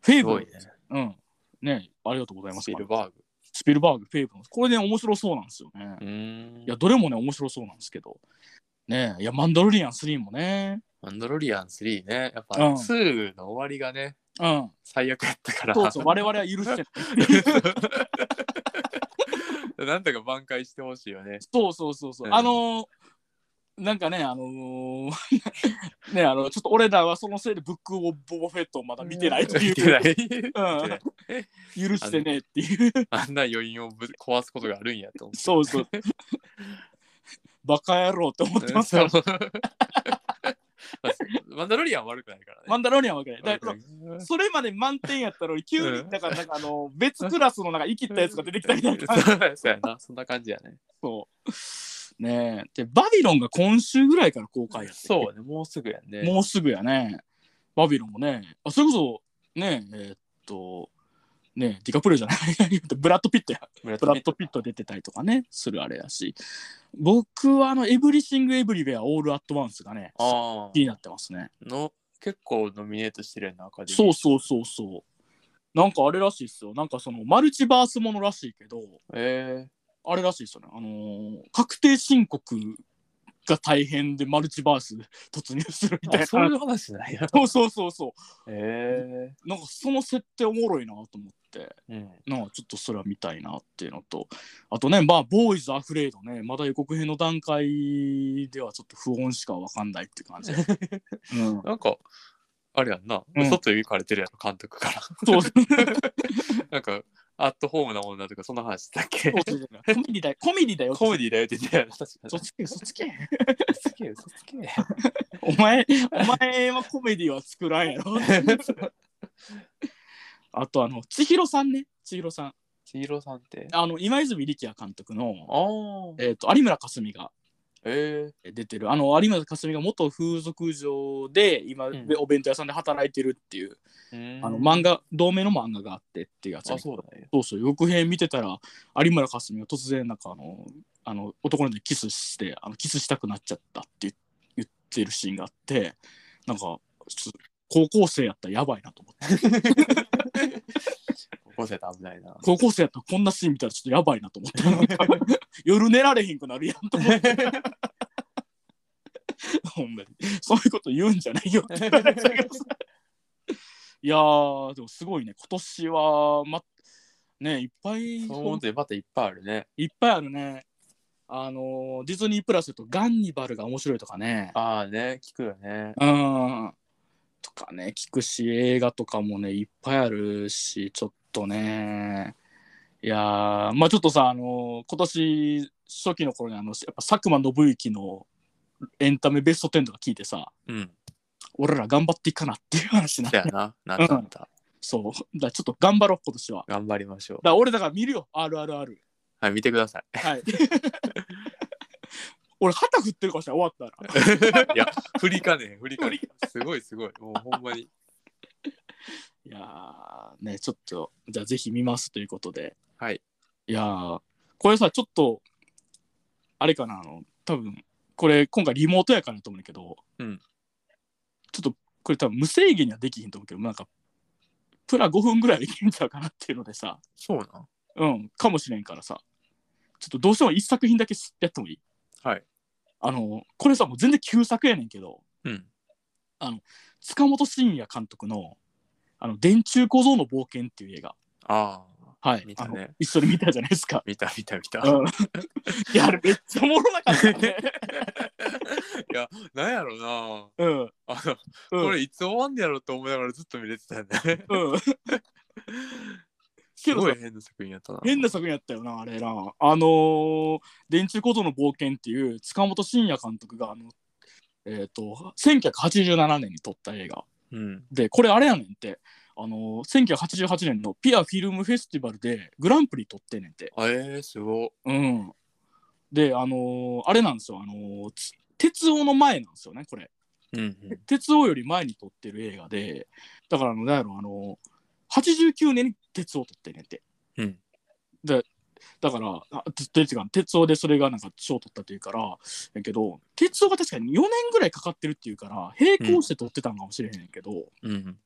Speaker 1: フェイ
Speaker 2: す
Speaker 1: ブ
Speaker 2: ご
Speaker 1: ル
Speaker 2: い、ね。
Speaker 1: うん、ね、ありがとうございます。
Speaker 2: スピルバーグ。
Speaker 1: スピルバーグ、フェイブルこれね、面白そうなんですよね。
Speaker 2: うーん。
Speaker 1: いや、どれもね、面白そうなんですけど、ねいや、マンドロリアン3もね、
Speaker 2: マンドロリアン3ね。やっぱ
Speaker 1: うん
Speaker 2: 2の終わりがね、
Speaker 1: うん、
Speaker 2: 最悪やったから。
Speaker 1: そうそう、我々は許してな い。
Speaker 2: なんとか挽回してほしいよね。
Speaker 1: そうそうそうそう。
Speaker 2: うん
Speaker 1: あのーなんかね、あのー ね、あの、ちょっと俺らはそのせいでブックオブボバフェットをまだ見てないとい
Speaker 2: 見
Speaker 1: う。
Speaker 2: てない。
Speaker 1: うん
Speaker 2: 見て
Speaker 1: 許してねっていう。
Speaker 2: あんな余韻をぶ壊すことがあるんやと思
Speaker 1: そうそう。バカ野郎って思っ
Speaker 2: ってて。
Speaker 1: ますから。
Speaker 2: そうまあマンダロリアンは悪くないからね。
Speaker 1: マンダロリアンはわけない。だ
Speaker 2: 悪
Speaker 1: か
Speaker 2: く
Speaker 1: ら
Speaker 2: ないうん
Speaker 1: それまで満点やったのに、急
Speaker 2: う
Speaker 1: に、
Speaker 2: ん
Speaker 1: だから、なんかあの、別クラスのなんか、生きったやつが出てきたみたいな感じ。
Speaker 2: そうそうやな、そんな感じやね。
Speaker 1: そね。で、バビロンが今週ぐらいから公開やって
Speaker 2: そうね、もうすぐやね。
Speaker 1: もうすぐやね。バビロンもね。あ、それこそ、ねえ、えーっと、ねえ、ディカプリオじゃない ブラッド・ピットや。
Speaker 2: ブラッ
Speaker 1: ブラ
Speaker 2: ドピ
Speaker 1: ッ
Speaker 2: ット
Speaker 1: ド・ピット出てたりとかね、するあれやし。僕は、あの、エブリシング・エブリウェア・オール・アット・ワンスがね、好
Speaker 2: あ
Speaker 1: きになってますね。
Speaker 2: あ。の、結構ノミネートしてるやんな、アカデミー
Speaker 1: そうそうそうそう。なんかあれらしいっすよ。なんかその、マルチバースものらしいけど、
Speaker 2: え
Speaker 1: あれらしいですよね。あのー確定申告が大変でマルチバース突入するみ
Speaker 2: え
Speaker 1: たいな。
Speaker 2: あそういう話なんや。
Speaker 1: そうそうそうそ
Speaker 2: え
Speaker 1: う。なんかその設定おもろいなと思って、
Speaker 2: えうん。
Speaker 1: なんかちょっとそれは見たいなっていうのと、あとね、まあ、ボーイズ・アフレードね、まだ予告編の段階ではちょっと不穏しかわかんないっていう感じ。 うん、
Speaker 2: なんか、あれやんな、
Speaker 1: うん
Speaker 2: 外行かれてるやろ、監督から。
Speaker 1: そう
Speaker 2: なんか、アットホームな女とか、そんな話だっけ
Speaker 1: コメディだよ、コメディだよ。
Speaker 2: コメディだよって言ってたよな、確かに。
Speaker 1: そっちけ、そっちけ。
Speaker 2: つけよ、そっちけ。
Speaker 1: お前、お前はコメディは作らんやろ。 あと、あの、千尋さんね、千尋さん。
Speaker 2: 千尋さんって。あ
Speaker 1: あの今泉力也監督の、
Speaker 2: あ。
Speaker 1: えー、と有村架純が
Speaker 2: え
Speaker 1: 出てるあの有村架純が元風俗嬢で今、
Speaker 2: うん
Speaker 1: でお弁当屋さんで働いてるっていう、
Speaker 2: えー。
Speaker 1: あの漫画同名の漫画があってっていうやつ、
Speaker 2: あ、
Speaker 1: そう
Speaker 2: そうだね。
Speaker 1: そうよく編見てたら有村架純が突然なんかあのあの男の子にキスしてあのキスしたくなっちゃったって言言ってるシーンがあってなんかちょっと高校生やったらやばいなと思って
Speaker 2: 高校生と危ないな。
Speaker 1: 高校生やったらこんなシーン見たらちょっとやばいなと思ってなんか 夜寝られへんくなるやんと思って ほんまに。そういうこと言うんじゃないよって言わ れたけどさ いやー、でもすごいね、今年は、ま、ね、いっぱい、
Speaker 2: そう思うとまたいっぱいあるね。
Speaker 1: いっぱいあるね。あのー、ディズニープラスだとガンニバルが面白いとかね。
Speaker 2: ああね、聞くよね。
Speaker 1: うん。とかね、聞くし、映画とかもね、いっぱいあるし、ちょっとね。いやー、まあちょっとさ、あのー今年、初期の頃にあの、やっぱ佐久間信行のエンタメベスト10とか聞いてさ、
Speaker 2: うん。
Speaker 1: 俺ら頑張っていかなっていう話な
Speaker 2: そ。や な。なんだった。
Speaker 1: そう。 だからちょっと頑張ろう、今年は。だか
Speaker 2: 頑張りましょう。
Speaker 1: ら俺だから見るよ、RRR。
Speaker 2: はい、見てくだ さい。
Speaker 1: はい。 俺、旗振ってるかもしれない、終わった ら。
Speaker 2: いや、振りかねえ、振りかねえ。すごいすごい。もうほんまに。
Speaker 1: いやー、ね、ちょっと、じゃあぜひ見ますということで。
Speaker 2: はい。
Speaker 1: いやー、これさ、ちょっと、あれかな、あの、多分これ、今回リモートやからと思うんだけど、
Speaker 2: うん
Speaker 1: ちょっと、これ多分無制限にはできひんと思うけど、なんか、プラ5分ぐらいできんちゃうかなっていうのでさ、
Speaker 2: そうなん。
Speaker 1: うん、かもしれんからさ、ちょっとどうしても一作品だけすやってもいい
Speaker 2: はい。
Speaker 1: あの、これさ、もう全然旧作やねんけど、
Speaker 2: うん。
Speaker 1: 塚本慎也監督の、あの、電柱小僧の冒険っていう映画、
Speaker 2: ああ、
Speaker 1: はい、
Speaker 2: 見たね。
Speaker 1: あの一緒に見たじゃないですか
Speaker 2: 見た見た見 た。
Speaker 1: うん、 いや、あれめっちゃおもろなかった ね。
Speaker 2: いや、なんやろな。
Speaker 1: うん、
Speaker 2: あの、
Speaker 1: うん、
Speaker 2: これいつ終わんねやろと思いながらずっと見れてたよ ね。
Speaker 1: うん、
Speaker 2: すごい変な作品やったな。
Speaker 1: 変な作品やったよな、あれな。あのー電柱小僧の冒険っていう塚本慎也監督が、あの、えっ、と、1987年に撮った映画。
Speaker 2: うん。
Speaker 1: でこれあれやねんってあのー1988年のピアフィルムフェスティバルでグランプリ取ってんねんて
Speaker 2: あえー、すご
Speaker 1: うんであのーあれなんですよあのーつ鉄夫の前なんですよねこれ
Speaker 2: い。うん、うん。
Speaker 1: 鉄夫より前に撮ってる映画でだからあのなんやろあのー89年に鉄夫撮ってんねんて
Speaker 2: うん
Speaker 1: でだからあつててか鉄夫でそれがなんか賞取ったっていうからやけど鉄夫が確かに4年ぐらいかかってるっていうから並行して撮ってたんかもしれへんけど、
Speaker 2: うん。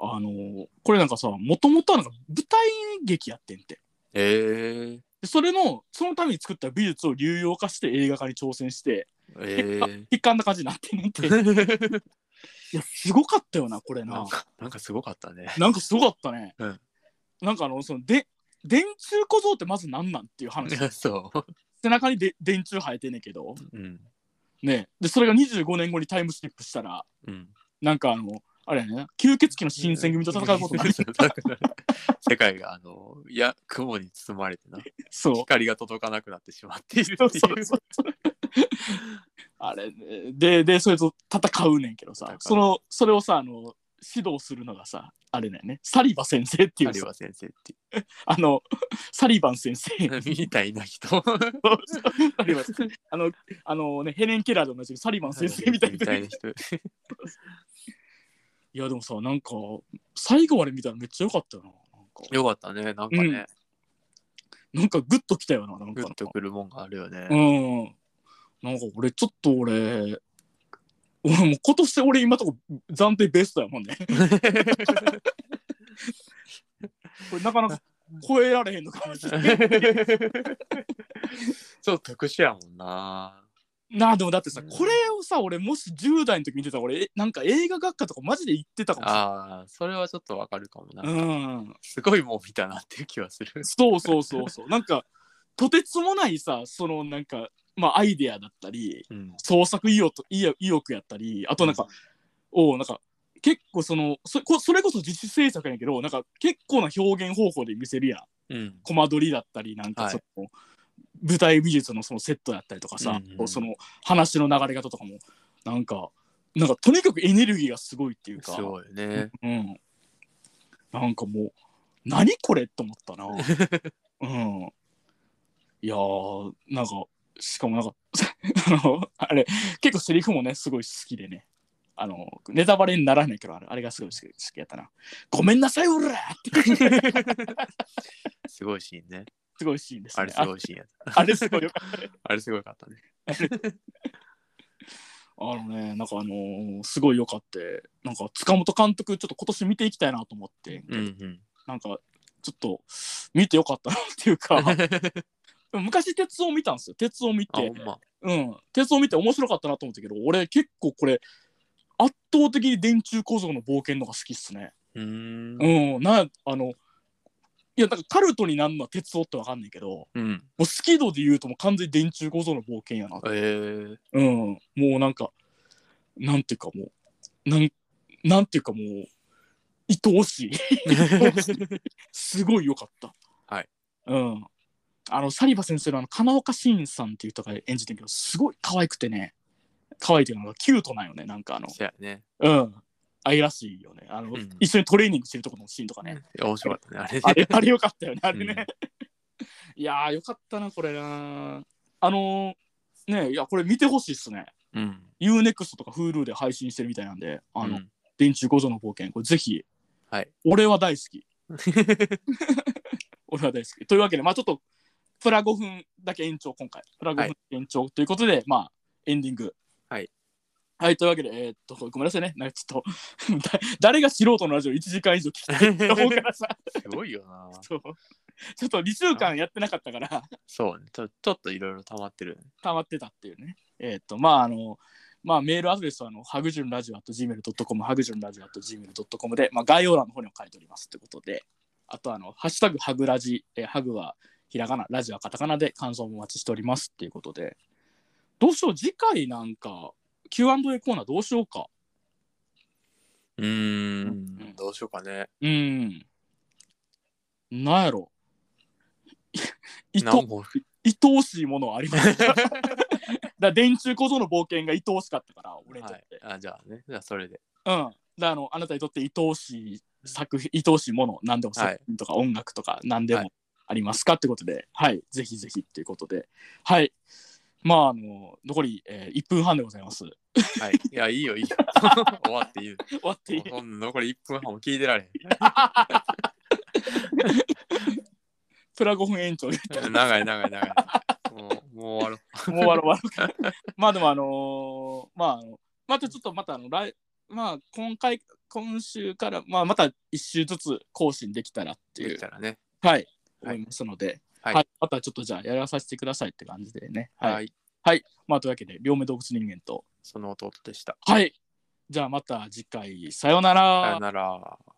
Speaker 1: あのーこれなんかさ、もともとはなんか舞台劇やってんて。
Speaker 2: えー、
Speaker 1: でそれの、そのために作った美術を流用化して映画化に挑戦して、
Speaker 2: えー。
Speaker 1: 一貫な感じになってんねん て。いや、すごかったよな、これ
Speaker 2: な。
Speaker 1: なん
Speaker 2: か、なんかすごかったね。
Speaker 1: なんかすごかったね。
Speaker 2: うん
Speaker 1: なんかあの、その、で、電柱小僧ってまず何なんっていう話。
Speaker 2: そ
Speaker 1: 背中にで電柱生えてんねんけど、
Speaker 2: う。うん。
Speaker 1: ね。で、それが25年後にタイムスリップしたら、
Speaker 2: うん。
Speaker 1: なんかあの、あれやね、吸血鬼の新選組と戦うことになる。
Speaker 2: 世界が、あの、いや、雲に包まれてな。
Speaker 1: そう。
Speaker 2: 光が届かなくなってしまっている
Speaker 1: そう
Speaker 2: ってい
Speaker 1: そう
Speaker 2: う。
Speaker 1: そう あれねででそれと戦うねんけどさ
Speaker 2: 戦う
Speaker 1: そのそれをさあの指導するのがさあれだよねサリバ先生ってい
Speaker 2: あ
Speaker 1: う
Speaker 2: れ
Speaker 1: さ
Speaker 2: は先 生って
Speaker 1: あのサリバン先生
Speaker 2: いう。みたいな人。
Speaker 1: サリバン先生 あのあのねヘレン・ケラーで同じみサリバン先生みたいな
Speaker 2: みたいな人。
Speaker 1: いやでもさなんか最後まで見たらめっちゃ良かったよななんか
Speaker 2: よかったね。なんかね、
Speaker 1: なんかグッときたよななん
Speaker 2: グ
Speaker 1: か
Speaker 2: ッとくるもんがあるよね。
Speaker 1: うんなんか俺ちょっと俺俺もう今年俺今とこ暫定ベストやもんねこれなかなか超えられへんのかもしれない
Speaker 2: ちょっと特殊やもんな。
Speaker 1: なあでもだってさ
Speaker 2: うん
Speaker 1: これをさ俺もし10代の時見てたら俺えなんか映画学科とかマジで行ってたかもしれない
Speaker 2: ああ、それはちょっとわかるかもな。
Speaker 1: うん、
Speaker 2: すごいもん見たなっていう気はする。
Speaker 1: そうそうそうそうなんかとてつもないさそのなんかまあアイデアだったり
Speaker 2: うん。
Speaker 1: 創作意欲と意欲意欲やったりあとなんか、おうなんか結構そのそこそれこそ自主制作やけどなんか結構な表現方法で見せるやん
Speaker 2: うん。
Speaker 1: コマ撮りだったりなん
Speaker 2: は
Speaker 1: か
Speaker 2: い
Speaker 1: その、舞台美術のそのセットやったりとかさ、
Speaker 2: うんうん
Speaker 1: その話の流れ方とかもなんかなんかとにかくエネルギーがすごいっていう
Speaker 2: す
Speaker 1: か、
Speaker 2: ごいね。
Speaker 1: うん、なんかもう何これと思った な。うん、いやーなんかしかもなんか あのあれ結構セリフもねすごい好きでねあのネタバレにならないけどあれあれがすごい好き好きやったな「ごめんなさいおら!」っていう
Speaker 2: すごいシーンね。
Speaker 1: すごいシーンです
Speaker 2: あ
Speaker 1: ね
Speaker 2: れすごいシーンやった。
Speaker 1: ああれすごいよかったね
Speaker 2: あれすごかったね。
Speaker 1: あのねなんかあのーすごいよかってなんか塚本監督ちょっと今年見ていきたいなと思って、
Speaker 2: うんうん。
Speaker 1: なんかちょっと見てよかったなっていうか昔鉄を見たんですよ鉄を見
Speaker 2: あ、
Speaker 1: て
Speaker 2: ほんま。
Speaker 1: うん、鉄を見て面白かったなと思ったけど俺結構これ圧倒的に電柱構造の冒険のが好きっすね。
Speaker 2: うーん。
Speaker 1: うん、なあのいやなんかカルトになるのは鉄夫ってわかんないけども
Speaker 2: うん。
Speaker 1: うスキードで言うともう完全に電柱構造の冒険やな、
Speaker 2: えー、
Speaker 1: うん、もうなんかなんていうかもうなんなんていうかもう愛おしいすごい良かった。
Speaker 2: はい
Speaker 1: うんあのサリバ先生のあの金岡慎さんっていう人が演じてるけどすごい可愛くてね可愛いというのがキュートなんよねなんかあの
Speaker 2: そうやね。
Speaker 1: うん愛らしいよねあの、
Speaker 2: うん
Speaker 1: 一緒にトレーニングしてるとこのシーンとかね、
Speaker 2: 面白かったね。あれ
Speaker 1: あ
Speaker 2: ね。
Speaker 1: れあれよかったよねあれね、 いやーよかったなこれなあのーねいやこれ見てほしいっすね
Speaker 2: うん。
Speaker 1: UNEXT とか Hulu で配信してるみたいなんであ の、
Speaker 2: うん
Speaker 1: 電柱構造の冒険これぜひ、
Speaker 2: はい
Speaker 1: 俺は大好 き俺は大好きというわけでまあちょっとプラ5分だけ延長今回プラ5
Speaker 2: は
Speaker 1: 分
Speaker 2: い
Speaker 1: 延長ということで、まあエンディング
Speaker 2: はい
Speaker 1: はいというわけでえーっとごめんなさいねなんかちょっと だ誰が素人のラジオ1時間以上聞きたいと思うから さ
Speaker 2: すごいよな。
Speaker 1: そうちょっと2週間やってなかったから
Speaker 2: そうね。ちょちょっといろいろ溜まってる。
Speaker 1: 溜まってたっていうね。えーっ、と、まあ、あの、まあ、メールアドレスは、あの、ハグジュンラジオ at gmail.com、ハグジュンラジオ at gmail.com で、まあ、概要欄の方にも書いておりますということで、あと、あの、ハッシュタグ、ハグラジ、えーハグはひらがな、ラジオはカタカナで感想もお待ちしておりますっていうことで、どうしよう、次回なんか、Q&A コーナーどうしようか。
Speaker 2: うーん。どうしようかね。
Speaker 1: うん。なんやろ。い
Speaker 2: な
Speaker 1: と
Speaker 2: んも
Speaker 1: 愛おしいものはあります かだから電柱小僧の冒険が愛おしかったから俺に
Speaker 2: は
Speaker 1: とっ
Speaker 2: い
Speaker 1: て、。
Speaker 2: あ、じゃあね。じゃあそれで。
Speaker 1: うん。だあのあなたにとって愛おしい作品、愛おしいもの、何でも
Speaker 2: はい
Speaker 1: 作品とか音楽とか何で
Speaker 2: は
Speaker 1: もありますか、ってことで、はい、ぜひぜひっていうことで、はい。まあ、あの、残り、えー1分半でございます。
Speaker 2: はい。いや、いいよ、い いよ。終わっていいよ。
Speaker 1: 終わっていい
Speaker 2: もうそんな残り1分半も聞いてられ
Speaker 1: プラ5分延長 で、
Speaker 2: へん。長い長い 長い。もう、もう終わろ
Speaker 1: もう終わろう終わろう。まあでも、あのーまああの、またちょっとまたあの、来、まあ、今回、今週から、まあ、また1週ずつ更新できたらって
Speaker 2: う。
Speaker 1: い
Speaker 2: で
Speaker 1: う
Speaker 2: きたらね。
Speaker 1: はい、思
Speaker 2: はい
Speaker 1: いますので、は
Speaker 2: はいい
Speaker 1: またちょっとじゃあやらさせてくださいって感じでね。はい。
Speaker 2: はい。
Speaker 1: まあ、というわけで、両目洞窟人間と。
Speaker 2: その弟でした。
Speaker 1: はい。じゃあまた次回、さよう
Speaker 2: さよなら。